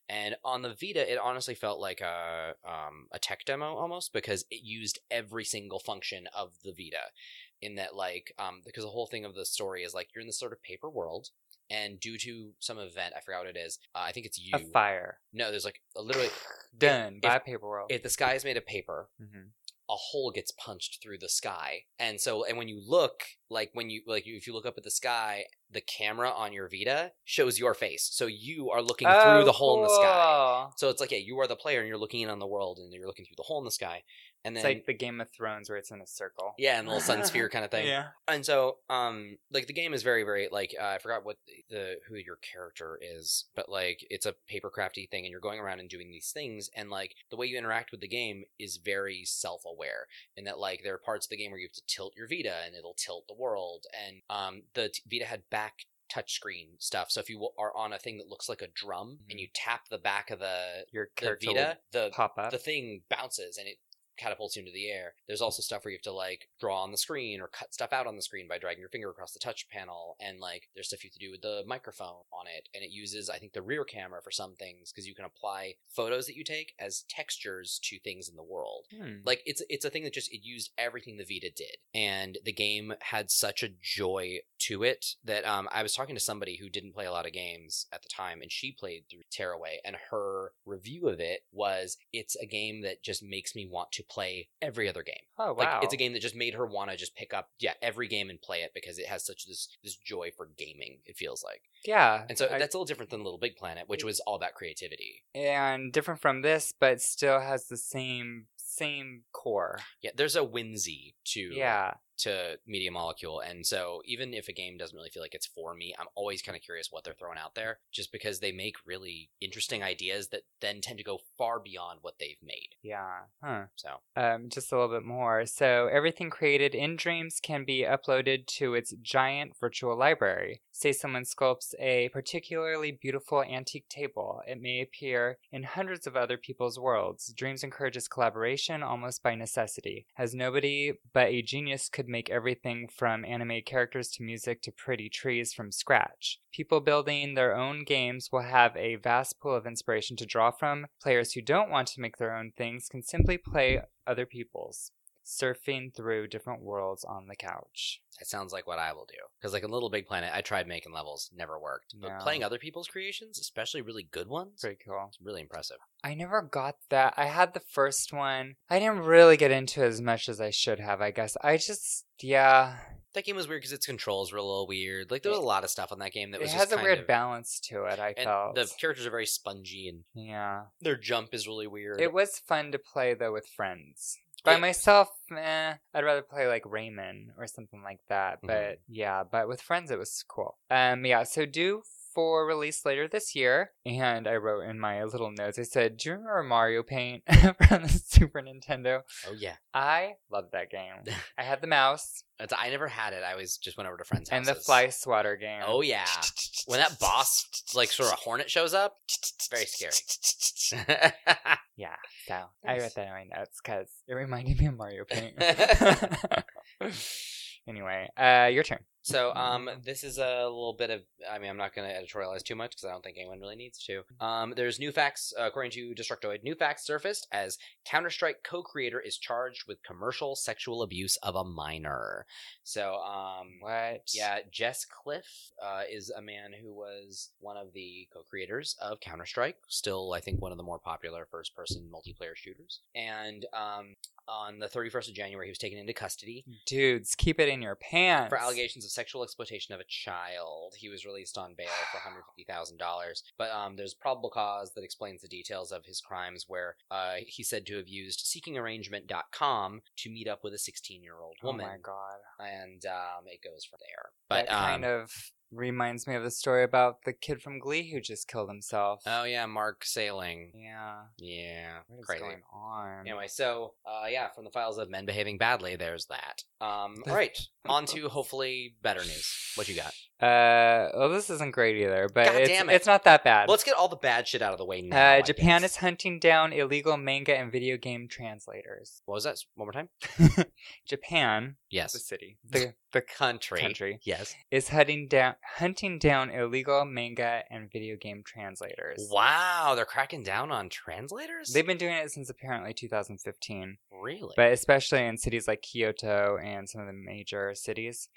Speaker 2: And on the Vita, it honestly felt like a um, a tech demo almost because it used every single function of the Vita. In that, like, um, because the whole thing of the story is like you're in this sort of paper world, and due to some event, I forgot what it is. Uh, I think it's you.
Speaker 1: A fire.
Speaker 2: no, there's like a, literally,
Speaker 1: Done
Speaker 2: if-
Speaker 1: by Paper World.
Speaker 2: if the sky is made of paper,
Speaker 1: Mhm.
Speaker 2: a hole gets punched through the sky and so and when you look like when you like if you look up at the sky the camera on your vita shows your face so you are looking through the hole in the sky
Speaker 1: Oh, cool.
Speaker 2: so it's like yeah you are the player and you're looking in on the world and you're looking through the hole in the sky and
Speaker 1: It's
Speaker 2: then
Speaker 1: like the Game of Thrones where it's in a circle.
Speaker 2: yeah and the little sun sphere kind of thing
Speaker 1: Yeah.
Speaker 2: and so um like the game is very very like uh, i forgot what the who your character is but like it's a paper crafty thing and you're going around and doing these things and like the way you interact with the game is very self-aware in that like there are parts of the game where you have to tilt your vita and it'll tilt the world and um the t- vita had back touchscreen stuff so if you w- are on a thing that looks like a drum and you tap the back of the
Speaker 1: Your Mm-hmm.
Speaker 2: the
Speaker 1: character
Speaker 2: vita the
Speaker 1: will pop up.
Speaker 2: the thing bounces and it catapults you into the air. There's also stuff where you have to like draw on the screen or cut stuff out on the screen by dragging your finger across the touch panel and like there's stuff you have to do with the microphone on it and it uses I think the rear camera for some things because you can apply photos that you take as textures to things in the world
Speaker 1: Hmm.
Speaker 2: like it's it's a thing that just it used everything the Vita did, and the game had such a joy to it that um, I was talking to somebody who didn't play a lot of games at the time, and she played through Tearaway, and her review of it was it's a game that just makes me want to play every other game.
Speaker 1: oh, wow.
Speaker 2: Like it's a game that just made her want to just pick up yeah every game and play it because it has such this this joy for gaming. It feels like,
Speaker 1: Yeah.
Speaker 2: and so
Speaker 1: I-
Speaker 2: that's a little different than Little Big Planet, which was all about creativity.
Speaker 1: and different from this, but still has the same same core.
Speaker 2: Yeah, there's a whimsy to
Speaker 1: Yeah.
Speaker 2: to Media Molecule. And so even if a game doesn't really feel like it's for me, I'm always kind of curious what they're throwing out there just because they make really interesting ideas that then tend to go far beyond what they've made.
Speaker 1: Yeah. Huh.
Speaker 2: So,
Speaker 1: um, just a little bit more. So, everything created in Dreams can be uploaded to its giant virtual library. Say someone sculpts a particularly beautiful antique table, it may appear in hundreds of other people's worlds. Dreams encourages collaboration almost by necessity, as nobody but a genius could make everything from animated characters to music to pretty trees from scratch. People building their own games will have a vast pool of inspiration to draw from. Players who don't want to make their own things can simply play other people's, surfing through different worlds on the couch.
Speaker 2: that sounds like what I will do. Because, like in Little Big Planet, I tried making levels, never worked. But
Speaker 1: No.
Speaker 2: playing other people's creations, especially really good ones,
Speaker 1: Pretty cool.
Speaker 2: it's really impressive.
Speaker 1: I never got that. I had the first one. I didn't really get into it as much as I should have, I guess. I just, yeah.
Speaker 2: That game was weird because its controls were a little weird. Like, there was a lot of stuff on that game that
Speaker 1: It
Speaker 2: was
Speaker 1: has
Speaker 2: just
Speaker 1: a
Speaker 2: kind
Speaker 1: weird
Speaker 2: of-
Speaker 1: balance to it, I
Speaker 2: And
Speaker 1: felt.
Speaker 2: the characters are very spongy and
Speaker 1: yeah.
Speaker 2: their jump is really weird.
Speaker 1: It was fun to play, though, with friends. By
Speaker 2: Yeah.
Speaker 1: myself, eh, I'd rather play like Rayman or something like that.
Speaker 2: Mhm.
Speaker 1: But yeah, but with friends, it was cool. Um, yeah. So due for release later this year, and I wrote in my little notes, I said, "Do you remember Mario Paint from the Super Nintendo?
Speaker 2: oh, yeah.
Speaker 1: I loved that game. I had the mouse
Speaker 2: That's, I never had it. I always just went over to friends'
Speaker 1: and
Speaker 2: houses.
Speaker 1: the fly swatter game.
Speaker 2: Oh yeah. When that boss, like sort of hornet, shows up, very scary.
Speaker 1: yeah. So I
Speaker 2: Nice.
Speaker 1: wrote that in my notes because it reminded me of Mario Paint. anyway, uh, your turn.
Speaker 2: So um, this is a little bit of. I mean, I'm not going to editorialize too much because I don't think anyone really needs to. Um, there's new facts uh, according to Destructoid. New facts surfaced as Counter Strike co-creator is charged with commercial sexual abuse of a minor. So um,
Speaker 1: What?
Speaker 2: yeah, Jess Cliff uh, is a man who was one of the co-creators of Counter Strike, still I think one of the more popular first-person multiplayer shooters. And um, on the 31st of January, he was taken into custody
Speaker 1: Dudes, keep it in your pants.
Speaker 2: for allegations of sexual exploitation of a child. He was released on bail for $150,000. But um, there's probable cause that explains the details of his crimes, where uh, he's said to have used SeekingArrangement.com to meet up with a 16-year-old woman,
Speaker 1: Oh my god.
Speaker 2: and um, it goes from there. But
Speaker 1: that kind
Speaker 2: um,
Speaker 1: of reminds me of the story about the kid from Glee who just killed himself.
Speaker 2: Oh yeah, Mark Sailing.
Speaker 1: Yeah.
Speaker 2: Yeah,
Speaker 1: What is
Speaker 2: crazy.
Speaker 1: going on?
Speaker 2: Anyway, so uh, yeah, from the files of men behaving badly, there's that. Um, all right, on to hopefully better news. What you got?
Speaker 1: Uh, well, this isn't great either, but
Speaker 2: God
Speaker 1: it's,
Speaker 2: damn it.
Speaker 1: it's not that bad.
Speaker 2: Well, let's get all the bad shit out of the way now. I
Speaker 1: uh, Japan
Speaker 2: guess.
Speaker 1: is hunting down illegal manga and video game translators.
Speaker 2: What was that? One more time.
Speaker 1: Japan, the
Speaker 2: Yes.
Speaker 1: city, the, the
Speaker 2: Country.
Speaker 1: country,
Speaker 2: Yes.
Speaker 1: is hunting down hunting down illegal manga and video game translators.
Speaker 2: Wow, they're cracking down on translators.
Speaker 1: They've been doing it since apparently 2015,
Speaker 2: really.
Speaker 1: but especially in cities like Kyoto and some of the major cities.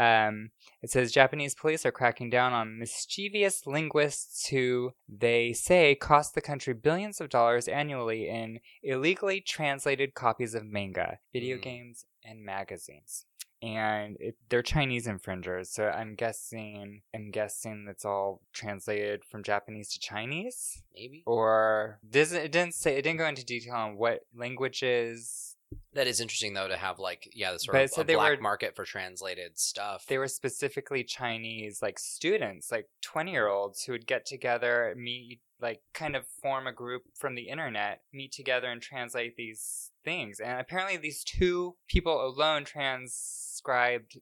Speaker 1: Um, it says Japanese police are cracking down on mischievous linguists who they say cost the country billions of dollars annually in illegally translated copies of manga, video
Speaker 2: Mhm.
Speaker 1: games, and magazines. And it, they're Chinese infringers, so I'm guessing I'm guessing that's all translated from Japanese to Chinese
Speaker 2: Maybe
Speaker 1: or does it didn't say it didn't go into detail on what languages
Speaker 2: that is interesting though to have like yeah, the sort
Speaker 1: But it
Speaker 2: of
Speaker 1: said
Speaker 2: a
Speaker 1: they
Speaker 2: black
Speaker 1: were-
Speaker 2: market for translated stuff.
Speaker 1: they were specifically chinese like students like 20 year olds who would get together meet like kind of form a group from the internet meet together and translate these things and apparently these two people alone transcribed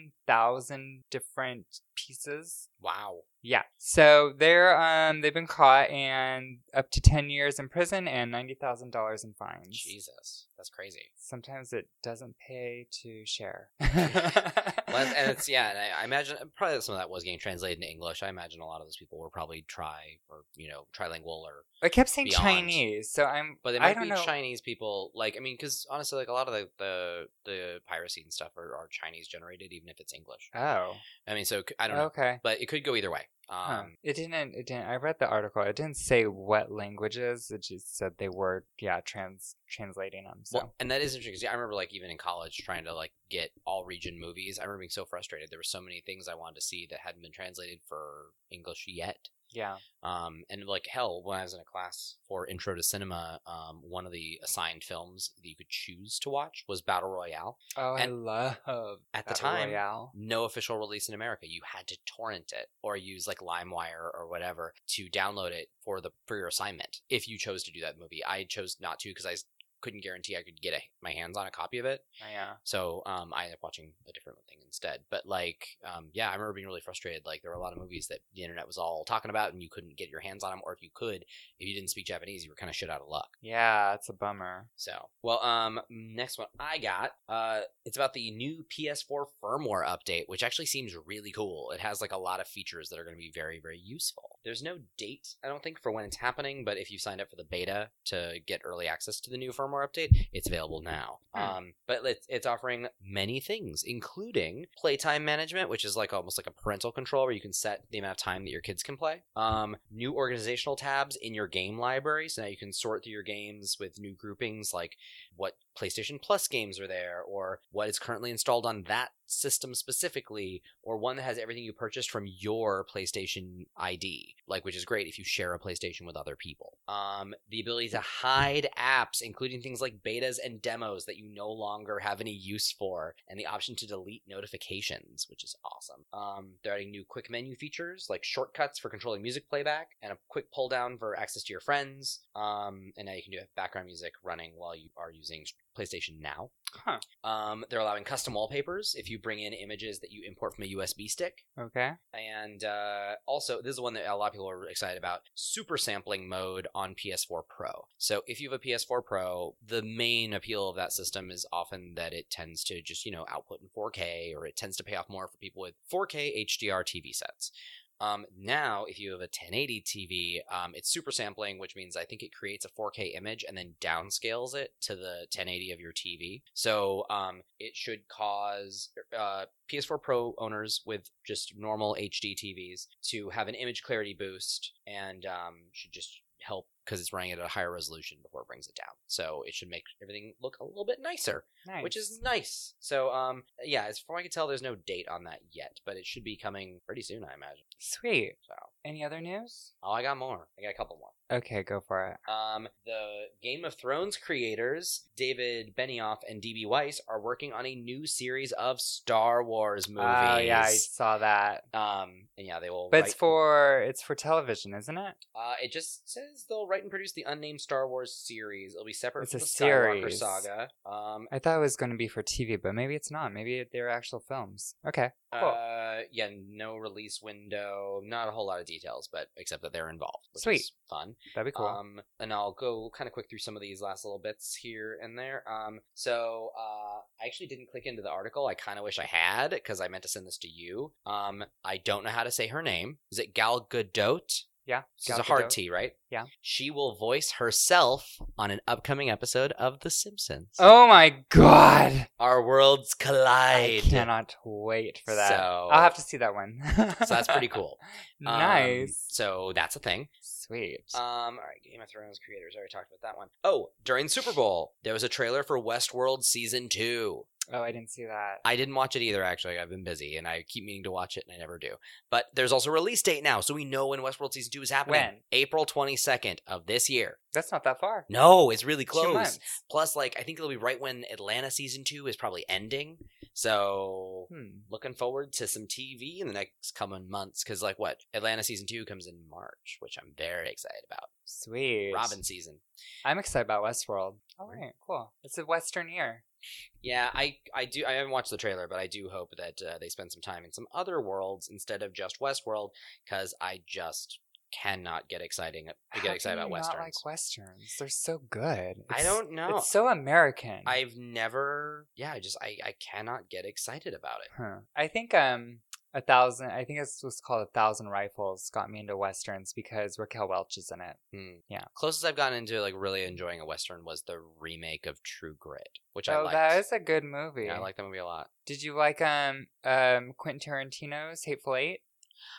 Speaker 1: 15,000 different pieces
Speaker 2: wow.
Speaker 1: Yeah. So they're um they've been caught and up to ten years in prison and ninety thousand dollars in fines.
Speaker 2: Jesus, that's crazy.
Speaker 1: Sometimes it doesn't pay to share.
Speaker 2: Well, and- and it's yeah, and I, I imagine probably some of that was getting translated into English. I imagine a lot of those people were probably tri or you know trilingual or,
Speaker 1: I kept saying
Speaker 2: beyond.
Speaker 1: Chinese, so I'm.
Speaker 2: but they
Speaker 1: I
Speaker 2: might
Speaker 1: don't
Speaker 2: be
Speaker 1: know.
Speaker 2: Chinese people. Like I mean, because honestly, like a lot of the the, the piracy and stuff are, are Chinese generated, even if it's English.
Speaker 1: Oh.
Speaker 2: I mean, so it c- I don't know,
Speaker 1: Okay.
Speaker 2: but it could go either way. Um,
Speaker 1: Oh. Huh. It didn't. It didn't. I read the article. It didn't say what languages. It just said they were yeah trans translating them. So.
Speaker 2: Well, and that is interesting 'cause, yeah, I remember like even in college trying to like get all region movies. I remember being so frustrated. There were so many things I wanted to see that hadn't been translated for English yet.
Speaker 1: yeah.
Speaker 2: Um, and like hell, when I was in a class for Intro to Cinema, um, one of the assigned films that you could choose to watch was Battle Royale.
Speaker 1: Oh, I
Speaker 2: and
Speaker 1: love
Speaker 2: At the
Speaker 1: Battle
Speaker 2: time,
Speaker 1: Royale.
Speaker 2: no official release in America. You had to torrent it or use like LimeWire or whatever to download it for the for your assignment. If you chose to do that movie, I chose not to because I s- couldn't guarantee I could get a, my hands on a copy of it.
Speaker 1: Oh, yeah.
Speaker 2: So um, I ended up watching a different thing instead. But like, um, yeah, I remember being really frustrated. Like, there were a lot of movies that the internet was all talking about, and you couldn't get your hands on them, or if you could, if you didn't speak Japanese, you were kind of shit out of luck.
Speaker 1: Yeah, it's a bummer.
Speaker 2: So, well, um, next one I got, uh, it's about the new PS4 firmware update, which actually seems really cool. It has like a lot of features that are going to be very, very useful. There's no date, I don't think, for when it's happening, but if you signed up for the beta to get early access to the new firmware update, it's available now.
Speaker 1: Hmm.
Speaker 2: Um, but it's, it's offering many things, including playtime management, which is like almost like a parental control where you can set the amount of time that your kids can play. Um, new organizational tabs in your game library, so now you can sort through your games with new groupings, like what PlayStation Plus games are there, or what is currently installed on that system specifically, or one that has everything you purchased from your PlayStation ID, like which is great if you share a PlayStation with other people. Um, the ability to hide apps, including things like betas and demos that you no longer have any use for, and the option to delete notifications, which is awesome. Um, they're adding new quick menu features like shortcuts for controlling music playback, and a quick pull down for access to your friends. Um, and now you can do background music running while you are using PlayStation Now.
Speaker 1: Huh.
Speaker 2: Um, they're allowing custom wallpapers if you bring in images that you import from a USB stick.
Speaker 1: Okay.
Speaker 2: And uh, also, this is one that a lot of people are excited about super sampling mode on PS4 Pro. So if you have a PS4 Pro, the main appeal of that system is often that it tends to just, you know, output in 4K or it tends to pay off more for people with 4K HDR TV sets. Um, now, if you have a 1080 TV, um, it's super sampling, which means I think it creates a 4K image and then downscales it to the 1080 of your TV. So um, it should cause uh, PS4 Pro owners with just normal HD TVs to have an image clarity boost and um, should just help because it's running at a higher resolution before it brings it down. So it should make everything look a little bit nicer
Speaker 1: Nice.
Speaker 2: which is nice. So, um, yeah, as far as I can tell, there's no date on that yet, but it should be coming pretty soon, I imagine.
Speaker 1: sweet.
Speaker 2: So,
Speaker 1: Any other news?
Speaker 2: oh, I got more. I got a couple more.
Speaker 1: Okay, go for it.
Speaker 2: Um, the Game of Thrones creators, David Benioff and DB Weiss, are working on a new series of Star Wars movies.
Speaker 1: Oh yeah, I saw that.
Speaker 2: Um, and yeah, they will.
Speaker 1: But
Speaker 2: write-
Speaker 1: it's for it's for television, isn't it?
Speaker 2: Uh, it just says they'll write and produce the unnamed Star Wars series. It'll be separate
Speaker 1: It's
Speaker 2: from
Speaker 1: a
Speaker 2: the Skywalker
Speaker 1: series.
Speaker 2: saga. Um,
Speaker 1: I thought it was going to be for TV, but maybe it's not. Maybe they're actual films. Okay, Cool.
Speaker 2: Uh, yeah, no release window, not a whole lot of details, but except that they're involved, which
Speaker 1: Sweet.
Speaker 2: is fun.
Speaker 1: that'd be cool.
Speaker 2: Um, and I'll go kind of quick through some of these last little bits here and there. Um, so uh, I actually didn't click into the article. I kind of wish I had because I meant to send this to you. Um, I don't know how to say her name. Is it Gal Gadot?
Speaker 1: yeah,
Speaker 2: She's a
Speaker 1: Gal
Speaker 2: hard
Speaker 1: Gadot.
Speaker 2: T, right?
Speaker 1: Yeah.
Speaker 2: She will voice herself on an upcoming episode of The Simpsons.
Speaker 1: Oh my god!
Speaker 2: Our worlds
Speaker 1: I
Speaker 2: collide.
Speaker 1: cannot wait for that.
Speaker 2: So-
Speaker 1: I'll have to see that one.
Speaker 2: so that's pretty cool. Um,
Speaker 1: nice.
Speaker 2: so that's a thing.
Speaker 1: Sweet.
Speaker 2: Um, all right, Game of Thrones creators already talked about that one. Oh, during Super Bowl, there was a trailer for Westworld season two.
Speaker 1: oh, I didn't see that.
Speaker 2: I didn't watch it either, actually. I've been busy and I keep meaning to watch it and I never do. But there's also a release date now, so we know when Westworld season two is happening.
Speaker 1: When?
Speaker 2: April 22nd of this year.
Speaker 1: That's not that far.
Speaker 2: No, it's really
Speaker 1: Two
Speaker 2: close.
Speaker 1: months.
Speaker 2: Plus, like, I think it'll be right when Atlanta season two is probably ending. So
Speaker 1: Hmm.
Speaker 2: looking forward to some TV in the next coming months. Cause, like, what? Atlanta season two comes in March, which I'm very excited about.
Speaker 1: Sweet.
Speaker 2: Robin season.
Speaker 1: I'm excited about Westworld. All right, cool. It's a Western year.
Speaker 2: Yeah, I, I do. I haven't watched the trailer, but I do hope that uh, they spend some time in some other worlds instead of just Westworld, because I just cannot get exciting to
Speaker 1: How
Speaker 2: get excited
Speaker 1: can
Speaker 2: about
Speaker 1: you
Speaker 2: westerns.
Speaker 1: Not like westerns. They're so good.
Speaker 2: I
Speaker 1: It's-
Speaker 2: don't know.
Speaker 1: It's so American.
Speaker 2: I've never. Yeah, I just I, I cannot get excited about it.
Speaker 1: Huh. I think um a thousand. I think it's what's called a thousand rifles got me into westerns because Raquel Welch is in it.
Speaker 2: Hmm.
Speaker 1: Yeah.
Speaker 2: closest I've gotten into like really enjoying a western was the remake of True Grit, which I
Speaker 1: oh,
Speaker 2: liked.
Speaker 1: that is a good movie.
Speaker 2: yeah, I like that movie a lot.
Speaker 1: Did you like um um Quentin Tarantino's Hateful Eight?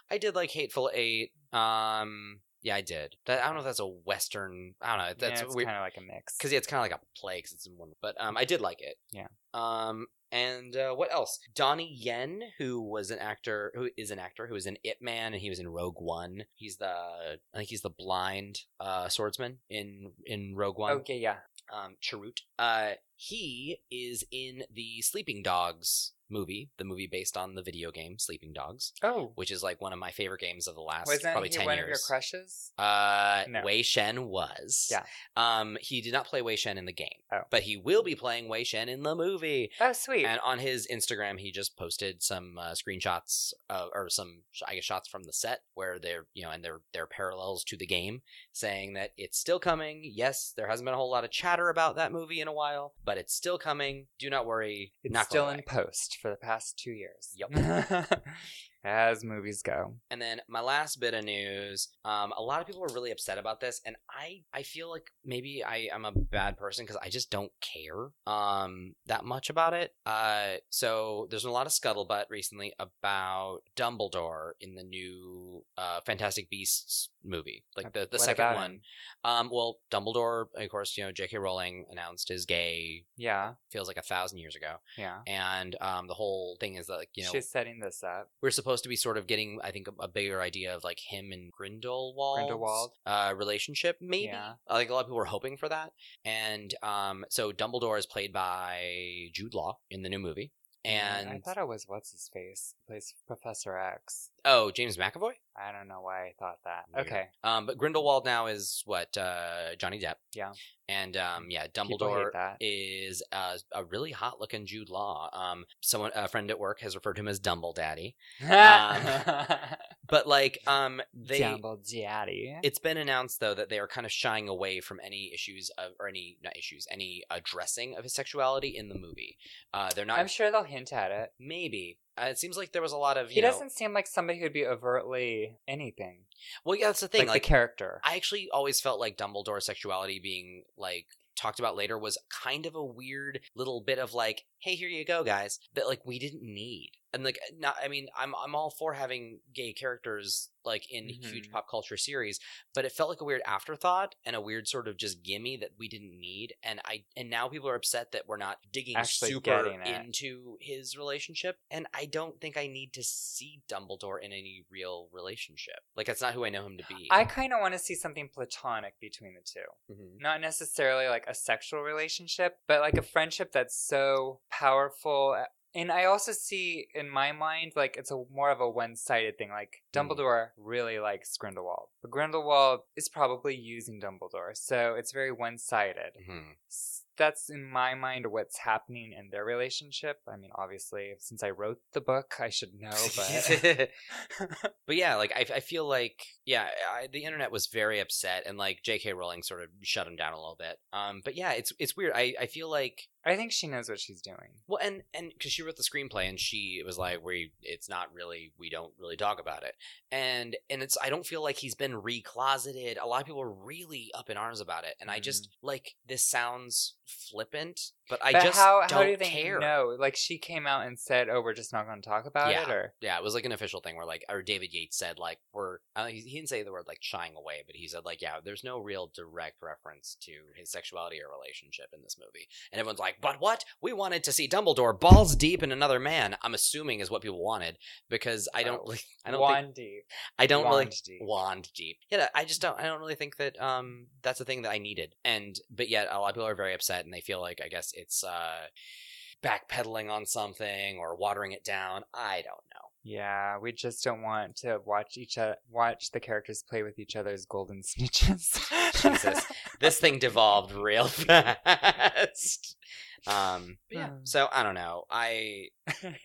Speaker 2: I did like Hateful Eight. Um, yeah, I did. That, I don't know if that's a western. I don't know. That's
Speaker 1: yeah, it's
Speaker 2: weird.
Speaker 1: kind of like a mix.
Speaker 2: because yeah, it's kind of like a play 'cause it's in one. But um, I did like it.
Speaker 1: Yeah.
Speaker 2: Um, and uh, what else? Donnie Yen, who was an actor, who is an actor, who was in Ip Man, and he was in Rogue One. He's the I think he's the blind uh, swordsman in in Rogue One.
Speaker 1: oh yeah, yeah.
Speaker 2: Um, Chirrut. Uh, he is in the Sleeping Dogs movie, the movie based on the video game Sleeping Dogs,
Speaker 1: Oh,
Speaker 2: which is like one of my favorite games of the last
Speaker 1: wasn't
Speaker 2: probably
Speaker 1: he
Speaker 2: ten
Speaker 1: one
Speaker 2: years.
Speaker 1: of your crushes?
Speaker 2: Uh,
Speaker 1: No.
Speaker 2: Wei Shen was.
Speaker 1: Yeah.
Speaker 2: Um, he did not play Wei Shen in the game,
Speaker 1: Oh.
Speaker 2: but he will be playing Wei Shen in the movie.
Speaker 1: Oh, sweet.
Speaker 2: And on his Instagram, he just posted some uh, screenshots uh, or some, I guess, shots from the set where they're, you know, and they're, they're parallels to the game, saying that it's still coming. Yes, there hasn't been a whole lot of chatter about that movie in a while, but it's still coming. Do not worry.
Speaker 1: it's
Speaker 2: not
Speaker 1: still in
Speaker 2: going away.
Speaker 1: post for the past two years.
Speaker 2: Yep.
Speaker 1: As movies go.
Speaker 2: And then my last bit of news, um, a lot of people are really upset about this, and I I feel like maybe I am a bad person because I just don't care um that much about it. Uh, so there's been a lot of scuttlebutt recently about Dumbledore in the new uh Fantastic Beasts movie, like the the
Speaker 1: What
Speaker 2: second
Speaker 1: about
Speaker 2: one.
Speaker 1: him?
Speaker 2: Um, well, Dumbledore, of course, you know J.K. Rowling announced is gay.
Speaker 1: Yeah,
Speaker 2: Feels like a thousand years ago,
Speaker 1: yeah.
Speaker 2: and um, the whole thing is that like you know
Speaker 1: She's setting this up.
Speaker 2: we're supposed to be sort of getting, I think, a, a bigger idea of like him and Grindelwald's
Speaker 1: Grindelwald.
Speaker 2: uh, relationship, maybe.
Speaker 1: Yeah.
Speaker 2: I think a lot of people were hoping for that. And um, so Dumbledore is played by Jude Law in the new movie, and
Speaker 1: I thought it was what's his face plays Professor X.
Speaker 2: oh, James McAvoy.
Speaker 1: I don't know why I thought that.
Speaker 2: Weird.
Speaker 1: Okay,
Speaker 2: Um, but Grindelwald now is what uh, Johnny Depp.
Speaker 1: Yeah.
Speaker 2: and um, yeah,
Speaker 1: people hate
Speaker 2: Dumbledore
Speaker 1: that.
Speaker 2: is uh, a really hot looking Jude Law. Um, someone, a friend at work, has referred to him as Dumble Daddy. But like, um, they
Speaker 1: Jumble Daddy.
Speaker 2: It's been announced though that they are kind of shying away from any issues of or any not issues, any addressing of his sexuality in the movie. Uh, they're not
Speaker 1: I'm sure they'll hint at it.
Speaker 2: maybe. Uh, it seems like there was a lot of you
Speaker 1: He
Speaker 2: know.
Speaker 1: doesn't seem like somebody who'd be overtly anything.
Speaker 2: Well, yeah, that's the thing.
Speaker 1: like,
Speaker 2: Like,
Speaker 1: the character.
Speaker 2: I actually always felt like Dumbledore's sexuality being like talked about later was kind of a weird little bit of like, hey, here you go, guys, that like we didn't need. And like, eh, not, I mean, I'm I'm all for having gay characters like in huge
Speaker 1: Mhm.
Speaker 2: pop culture series, but it felt like a weird afterthought and a weird sort of just gimme that we didn't need. And I and now people are upset that we're not digging
Speaker 1: Actually
Speaker 2: super
Speaker 1: getting it.
Speaker 2: into his relationship. And I don't think I need to see Dumbledore in any real relationship. Like that's not who I know him to be.
Speaker 1: I kind of want to see something platonic between the two.
Speaker 2: Mhm.
Speaker 1: Not necessarily like a sexual relationship, but like a friendship that's so powerful. And I also see in my mind, like, it's a more of a one sided thing. Like,
Speaker 2: Mm.
Speaker 1: Dumbledore really likes Grindelwald, but Grindelwald is probably using Dumbledore. So it's very one sided.
Speaker 2: Mhm.
Speaker 1: s- that's in my mind what's happening in their relationship. I mean, obviously, since I wrote the book, I should know, but
Speaker 2: but. yeah, like I, I feel like yeah, I, the internet was very upset, and like J.K. Rowling sort of shut him down a little bit. Um, but yeah, it's it's weird. I, I feel like
Speaker 1: I think she knows what she's doing.
Speaker 2: well, and and because she wrote the screenplay, and she was like, we it's not really we don't really talk about it, and and it's I don't feel like he's been recloseted. A lot of people are really up in arms about it, and I just like this sounds flippant, but I
Speaker 1: Mm-hmm. but
Speaker 2: just
Speaker 1: how,
Speaker 2: don't
Speaker 1: how do they
Speaker 2: care.
Speaker 1: know? Like, she came out and said, "Oh, we're just not going to talk about
Speaker 2: Yeah.
Speaker 1: it," or
Speaker 2: Yeah, it was like an official thing where like, or David Yates said like, we're uh, he, he didn't say the word like shying away, but he said like, yeah, there's no real direct reference to his sexuality or relationship in this movie, and everyone's like, but what? We wanted to see Dumbledore balls deep in another man. I'm assuming is what people wanted because I don't,
Speaker 1: Oh.
Speaker 2: really I don't, think,
Speaker 1: wand deep.
Speaker 2: I don't really
Speaker 1: wand deep.
Speaker 2: wand deep. Yeah, I just don't. I don't really think that um that's a thing that I needed. And but yet a lot of people are very upset and they feel like I guess it's uh backpedaling on something or watering it down. I don't know.
Speaker 1: Yeah, we just don't want to watch each other, watch the characters play with each other's golden snitches.
Speaker 2: Jesus. This thing devolved real fast. Um, but yeah.
Speaker 1: Hmm.
Speaker 2: So I don't know. I
Speaker 1: Sorry,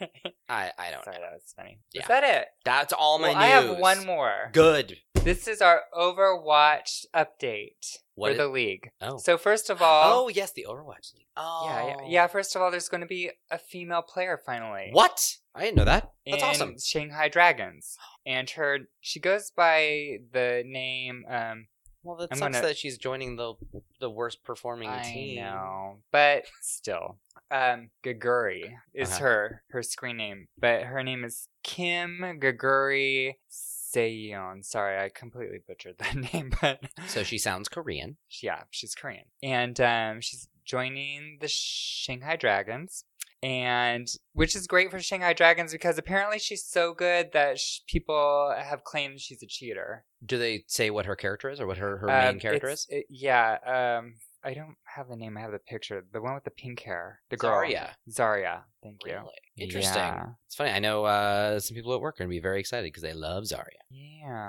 Speaker 2: I I don't. know.
Speaker 1: that was funny.
Speaker 2: Yeah.
Speaker 1: Is that it?
Speaker 2: That's all my
Speaker 1: well,
Speaker 2: news.
Speaker 1: I have one more.
Speaker 2: Good.
Speaker 1: This is our Overwatch update
Speaker 2: What
Speaker 1: for
Speaker 2: is-
Speaker 1: the league.
Speaker 2: Oh.
Speaker 1: So first of all,
Speaker 2: oh yes, the Overwatch League. Oh
Speaker 1: yeah, yeah, yeah, First of all, there's going to be a female player finally.
Speaker 2: What? I didn't know that. That's
Speaker 1: in
Speaker 2: awesome.
Speaker 1: Shanghai Dragons, and her she goes by the name. Um,
Speaker 2: Well, that
Speaker 1: I'm
Speaker 2: sucks
Speaker 1: gonna-
Speaker 2: that she's joining the the worst performing
Speaker 1: I
Speaker 2: team.
Speaker 1: know, but still, um, Gaguri is
Speaker 2: Uh-huh.
Speaker 1: her her screen name, but her name is Kim Gaguri Seyeon. Sorry, I completely butchered that name, but
Speaker 2: So she sounds Korean.
Speaker 1: yeah, she's Korean, and um, she's joining the Shanghai Dragons, and which is great for Shanghai Dragons because apparently she's so good that sh- people have claimed she's a cheater.
Speaker 2: Do they say what her character is or what her, her
Speaker 1: Um,
Speaker 2: main character
Speaker 1: it's-
Speaker 2: is?
Speaker 1: it- yeah. Um, I don't have the name. I have the picture. The one with the pink hair. The girl.
Speaker 2: Zarya.
Speaker 1: Zaria. Thank you.
Speaker 2: Really interesting.
Speaker 1: Yeah.
Speaker 2: It's funny. I know uh, some people at work are gonna be very excited because they love Zarya.
Speaker 1: Yeah.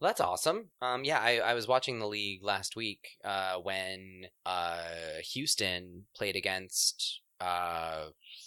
Speaker 2: Well, that's awesome. Um, yeah, I, I was watching the league last week uh, when uh, Houston played against uh,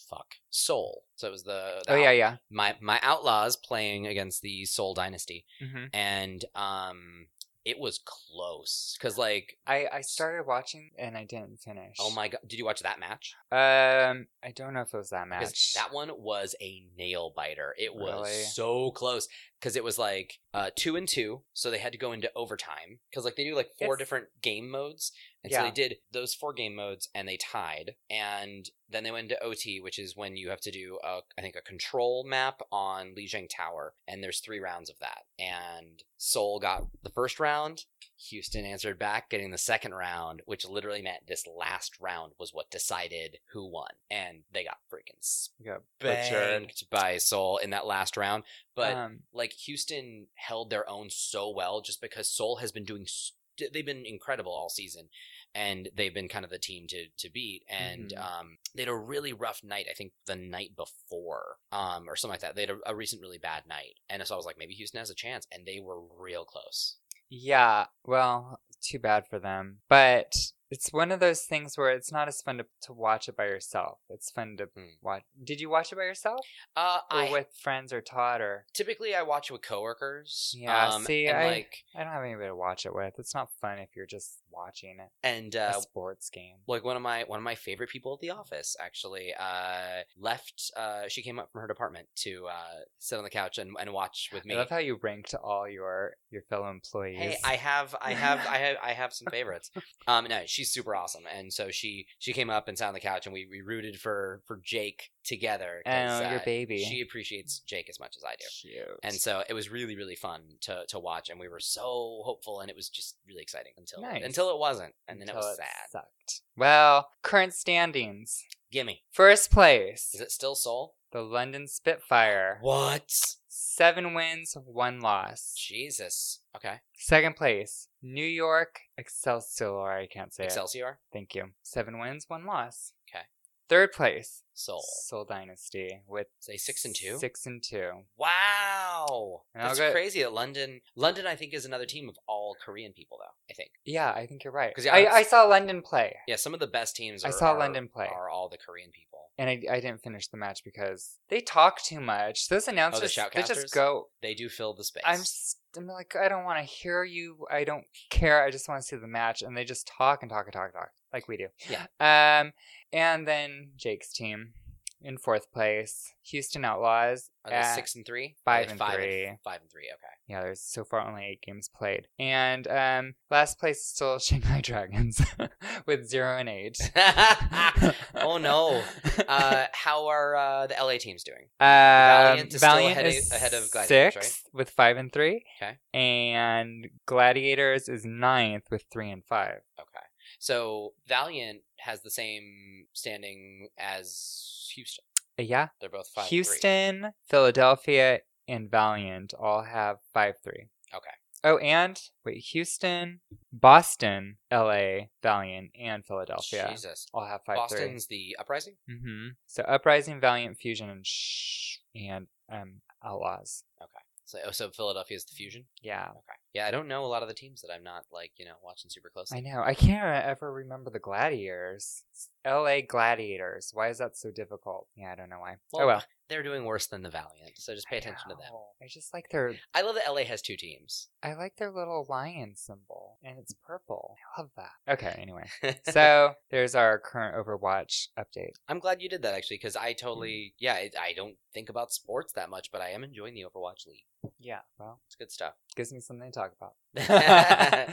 Speaker 2: fuck Seoul. So it was the, the
Speaker 1: Oh yeah, yeah.
Speaker 2: my my Outlaws playing against the Seoul Dynasty,
Speaker 1: hmm
Speaker 2: and um, it was close because like
Speaker 1: I I started watching and I didn't finish.
Speaker 2: oh my god, did you watch that match?
Speaker 1: Um, I don't know if it was that
Speaker 2: Because
Speaker 1: match.
Speaker 2: That one was a nail biter. It was
Speaker 1: Really?
Speaker 2: so close because it was like uh, two and two, so they had to go into overtime because like they do like four
Speaker 1: It's-
Speaker 2: different game modes, and so
Speaker 1: Yeah.
Speaker 2: they did those four game modes and they tied, and then they went into OT, which is when you have to do a, I think a control map on Lijiang Tower, and there's three rounds of that, and Seoul got the first round. Houston answered back, getting the second round, which literally meant this last round was what decided who won, and they got freaking
Speaker 1: You got butchered.
Speaker 2: banked by Seoul in that last round. But
Speaker 1: um,
Speaker 2: like Houston held their own so well just because Seoul has been doing s- they've been incredible all season and they've been kind of the team to to beat and
Speaker 1: Mhm.
Speaker 2: um they had a really rough night I think the night before um or something like that they had a, a recent really bad night and so I was like maybe Houston has a chance and they were real close
Speaker 1: yeah. Well, too bad for them, but It's one of those things where it's not as fun to, to watch it by yourself. It's fun to
Speaker 2: Hmm.
Speaker 1: watch. Did you watch it by yourself
Speaker 2: Uh,
Speaker 1: or
Speaker 2: I
Speaker 1: with friends or Todd or?
Speaker 2: typically I watch it with coworkers.
Speaker 1: Yeah,
Speaker 2: um,
Speaker 1: see,
Speaker 2: and
Speaker 1: I-
Speaker 2: like
Speaker 1: I don't have anybody to watch it with. It's not fun if you're just watching it.
Speaker 2: and
Speaker 1: A
Speaker 2: uh,
Speaker 1: sports game.
Speaker 2: like one of my one of my favorite people at the office actually uh, left. Uh, she came up from her department to uh, sit on the couch and, and watch with me.
Speaker 1: I love how you ranked all your your fellow employees.
Speaker 2: Hey, I have, I have, I have, I have some favorites. Um, no, she's super awesome, and so she she came up and sat on the couch, and we we rooted for for Jake together. 'cause,
Speaker 1: oh, your
Speaker 2: uh,
Speaker 1: baby.
Speaker 2: She appreciates Jake as much as I do,
Speaker 1: Cute.
Speaker 2: and so it was really really fun to to watch, and we were so hopeful, and it was just really exciting until
Speaker 1: Nice.
Speaker 2: until it wasn't, and then it
Speaker 1: Until
Speaker 2: was sad.
Speaker 1: Sucked. Well, current standings.
Speaker 2: Gimme,
Speaker 1: First place,
Speaker 2: is it still Soul?
Speaker 1: the London Spitfire.
Speaker 2: What?
Speaker 1: Seven wins, one loss.
Speaker 2: Jesus. Okay.
Speaker 1: Second place, New York Excelsior. I can't say it.
Speaker 2: Excelsior.
Speaker 1: Thank you. Seven wins, one loss.
Speaker 2: Okay.
Speaker 1: Third place,
Speaker 2: Soul.
Speaker 1: Soul Dynasty with
Speaker 2: Say six and two.
Speaker 1: Six and two.
Speaker 2: Wow,
Speaker 1: And I'll
Speaker 2: that's
Speaker 1: get-
Speaker 2: crazy. That London, London, I think is another team of all Korean people, though. I think,
Speaker 1: Yeah, I think you're right.
Speaker 2: 'Cause, yeah,
Speaker 1: I,
Speaker 2: it's-
Speaker 1: I saw London play,
Speaker 2: yeah, some of the best teams. Are,
Speaker 1: I saw
Speaker 2: are-
Speaker 1: London play.
Speaker 2: are all the Korean people.
Speaker 1: and I, I didn't finish the match because they talk too much. Those announcers, they
Speaker 2: Oh, shoutcasters?
Speaker 1: just go.
Speaker 2: They do fill the space.
Speaker 1: I'm, s- I'm like, I don't want to hear you. I don't care. I just want to see the match, and they just talk and talk and talk and talk like we do.
Speaker 2: Yeah.
Speaker 1: Um, and then Jake's team in fourth place, Houston Outlaws.
Speaker 2: Are they
Speaker 1: at-
Speaker 2: Oh, six and three.
Speaker 1: five
Speaker 2: Are they
Speaker 1: and
Speaker 2: five
Speaker 1: three.
Speaker 2: five and three. Okay.
Speaker 1: Yeah, there's so far only eight games played, and um, last place is still Shanghai Dragons with zero and eight.
Speaker 2: oh no. Uh, how are uh, the LA teams doing?
Speaker 1: Valiant,
Speaker 2: Valiant is still
Speaker 1: Um, Valiant
Speaker 2: ahead of-
Speaker 1: is
Speaker 2: ahead of Gladiators,
Speaker 1: sixth
Speaker 2: right?
Speaker 1: with five and three.
Speaker 2: Okay.
Speaker 1: And Gladiators is ninth with three and five.
Speaker 2: Okay. So Valiant has the same standing as Houston.
Speaker 1: Uh, yeah.
Speaker 2: They're both five. and three.
Speaker 1: Houston, Philadelphia, and Valiant all have five three.
Speaker 2: Okay.
Speaker 1: Oh, and wait, Houston, Boston, L.A., Valiant, and Philadelphia
Speaker 2: Jesus.
Speaker 1: all have five three.
Speaker 2: Boston's the uprising.
Speaker 1: Mm-hmm. So Uprising, Valiant, Fusion, and Shh, and um Outlaws.
Speaker 2: So, oh, so Philadelphia is the fusion.
Speaker 1: Yeah,
Speaker 2: Okay. Yeah, I don't know a lot of the teams that I'm not like you know watching super closely.
Speaker 1: I know. I can't re- ever remember the Gladiators. It's L.A. Gladiators. Why is that so difficult? Yeah, I don't know why. oh well.
Speaker 2: They're doing worse than the Valiant, so just pay attention to them.
Speaker 1: Ow. I just like their
Speaker 2: I love that LA has two teams.
Speaker 1: I like their little lion symbol and it's purple. I love that. Okay, anyway. so there's our current Overwatch update.
Speaker 2: I'm glad you did that actually, because
Speaker 1: Mm.
Speaker 2: I totally yeah I, I don't think about sports that much, but I am enjoying the Overwatch League.
Speaker 1: Yeah, well,
Speaker 2: It's good stuff.
Speaker 1: gives me something to talk about.
Speaker 2: it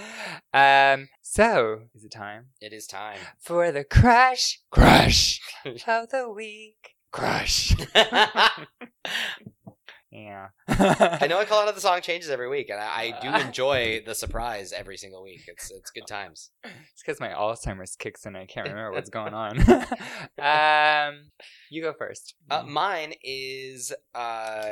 Speaker 1: um, so is it time
Speaker 2: is time.
Speaker 1: for the crash crash of the week? Crash.
Speaker 2: I
Speaker 1: Yeah.
Speaker 2: know I call it how the song changes every week, and I, I
Speaker 1: Uh.
Speaker 2: do enjoy the surprise every single week. It's it's good times.
Speaker 1: It's because my Alzheimer's kicks in. I can't remember what's going on. um, you go first. Mm.
Speaker 2: Uh, mine is uh,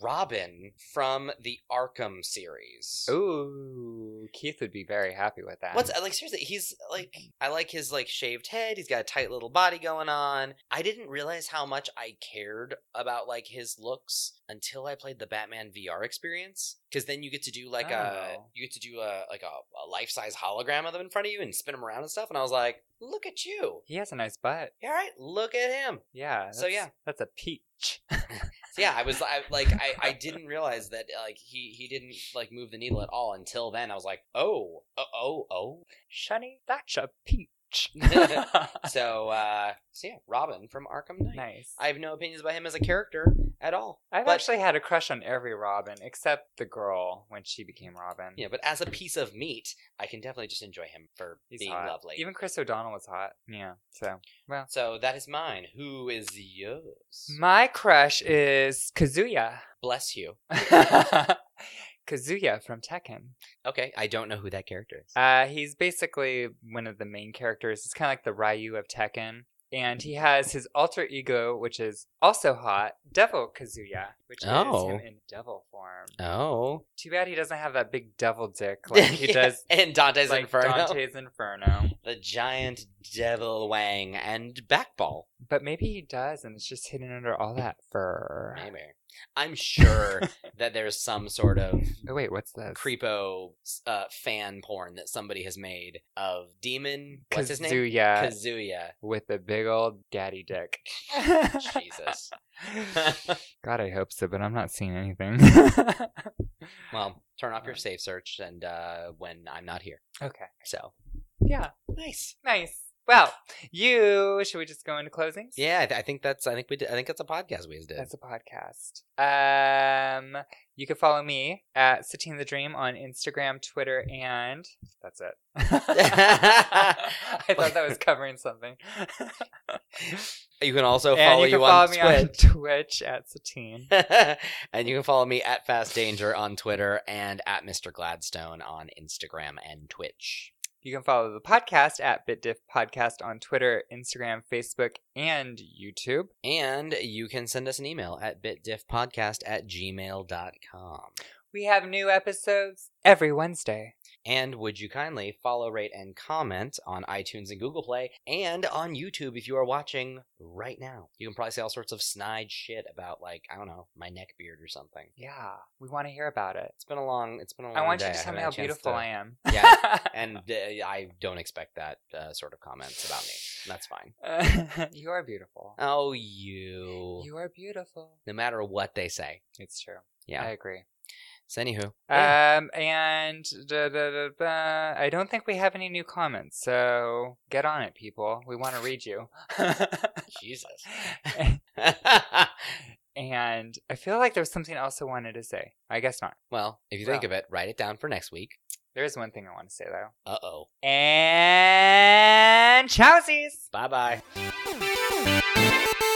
Speaker 2: Robin from the Arkham series.
Speaker 1: Ooh, Keith would be very happy with that.
Speaker 2: What's uh, like seriously? He's like I like his like shaved head. He's got a tight little body going on. I didn't realize how much I cared about like his looks until I played the Batman VR experience. Because then you get to do like a
Speaker 1: Oh.
Speaker 2: you get to do a like a, a life size hologram of them in front of you and spin them around and stuff. And I was like, look at you.
Speaker 1: He has a nice butt.
Speaker 2: You All right, look at him.
Speaker 1: Yeah.
Speaker 2: So,
Speaker 1: that's-
Speaker 2: yeah.
Speaker 1: that's a peach.
Speaker 2: So, yeah, I was I, like, I, I didn't realize that like he he didn't like move the needle at all until then. I was like, oh, oh, oh, oh.
Speaker 1: Shunny, that's a peach.
Speaker 2: So uh, so yeah, Robin from Arkham Knight.
Speaker 1: nice.
Speaker 2: I have no opinions about him as a character at all.
Speaker 1: I've
Speaker 2: but-
Speaker 1: actually had a crush on every Robin except the girl when she became Robin.
Speaker 2: Yeah, but as a piece of meat, I can definitely just enjoy him for
Speaker 1: He's
Speaker 2: being
Speaker 1: hot.
Speaker 2: lovely.
Speaker 1: Even Chris O'Donnell was hot. Yeah. So
Speaker 2: so that is mine. Who is yours?
Speaker 1: my crush is Kazuya.
Speaker 2: Bless you.
Speaker 1: Kazuya from Tekken.
Speaker 2: Okay, I don't know who that character is.
Speaker 1: Uh, he's basically one of the main characters. He's kind of like the Ryu of Tekken. And he has his alter ego, which is also hot, Devil Kazuya, which
Speaker 2: Oh.
Speaker 1: is him in devil form.
Speaker 2: oh,
Speaker 1: Too bad he doesn't have that big devil dick like he
Speaker 2: Yeah,
Speaker 1: does
Speaker 2: And Dante's
Speaker 1: like
Speaker 2: Inferno,
Speaker 1: Dante's Inferno.
Speaker 2: the giant devil Wang and Backball.
Speaker 1: But maybe he does, and it's just hidden under all that fur.
Speaker 2: Maybe I'm sure that there's some sort of
Speaker 1: Oh wait, what's this?
Speaker 2: creepo uh, fan porn that somebody has made of Demon. What's his name?
Speaker 1: Kazuya
Speaker 2: Kazuya.
Speaker 1: with a big old daddy dick.
Speaker 2: Jesus.
Speaker 1: God, I hope so, but I'm not seeing anything.
Speaker 2: well, turn off your safe search and uh, when I'm not here.
Speaker 1: okay.
Speaker 2: So
Speaker 1: Yeah.
Speaker 2: nice.
Speaker 1: Nice. Well, you should we just go into closings?
Speaker 2: Yeah, I, th- I think that's. I think we. Did, I think that's a podcast we just did.
Speaker 1: That's a podcast. Um, you can follow me at Satine the Dream on Instagram, Twitter, and that's it. I thought that was covering something.
Speaker 2: you can also
Speaker 1: and
Speaker 2: follow
Speaker 1: you can follow
Speaker 2: on
Speaker 1: me
Speaker 2: Twitch.
Speaker 1: on Twitch at Satine.
Speaker 2: and you can follow me at Fast Danger on Twitter and at Mr. Gladstone on Instagram and Twitch.
Speaker 1: You can follow the podcast at BitDiff Podcast on Twitter, Instagram, Facebook, and YouTube.
Speaker 2: And you can send us an email at bitdiffpodcast at gmail.com.
Speaker 1: We have new episodes every Wednesday.
Speaker 2: And would you kindly follow, rate, and comment on iTunes and Google Play and on YouTube if you are watching right now? You can probably say all sorts of snide shit about, like, I don't know, my neck beard or something.
Speaker 1: Yeah, we want to hear about it.
Speaker 2: It's been a long, it's been a long
Speaker 1: I want
Speaker 2: day.
Speaker 1: you to tell
Speaker 2: haven't
Speaker 1: me
Speaker 2: had
Speaker 1: how
Speaker 2: a chance
Speaker 1: beautiful
Speaker 2: to-
Speaker 1: I am.
Speaker 2: Yeah. and uh, I don't expect that uh, sort of comments about me. That's fine.
Speaker 1: you are beautiful.
Speaker 2: Oh, you.
Speaker 1: You are beautiful.
Speaker 2: No matter what they say.
Speaker 1: It's true.
Speaker 2: Yeah.
Speaker 1: I agree.
Speaker 2: so, anywho.
Speaker 1: Um, and da, da, da, da, I don't think we have any new comments, so get on it, people. We want to read you.
Speaker 2: Jesus.
Speaker 1: and I feel like there was something else I wanted to say. I guess not.
Speaker 2: well, if you think
Speaker 1: Well.
Speaker 2: of it, write it down for next week.
Speaker 1: There is one thing I want to say though.
Speaker 2: Uh oh.
Speaker 1: And chowsies.
Speaker 2: Bye bye.
Speaker 3: Thank you.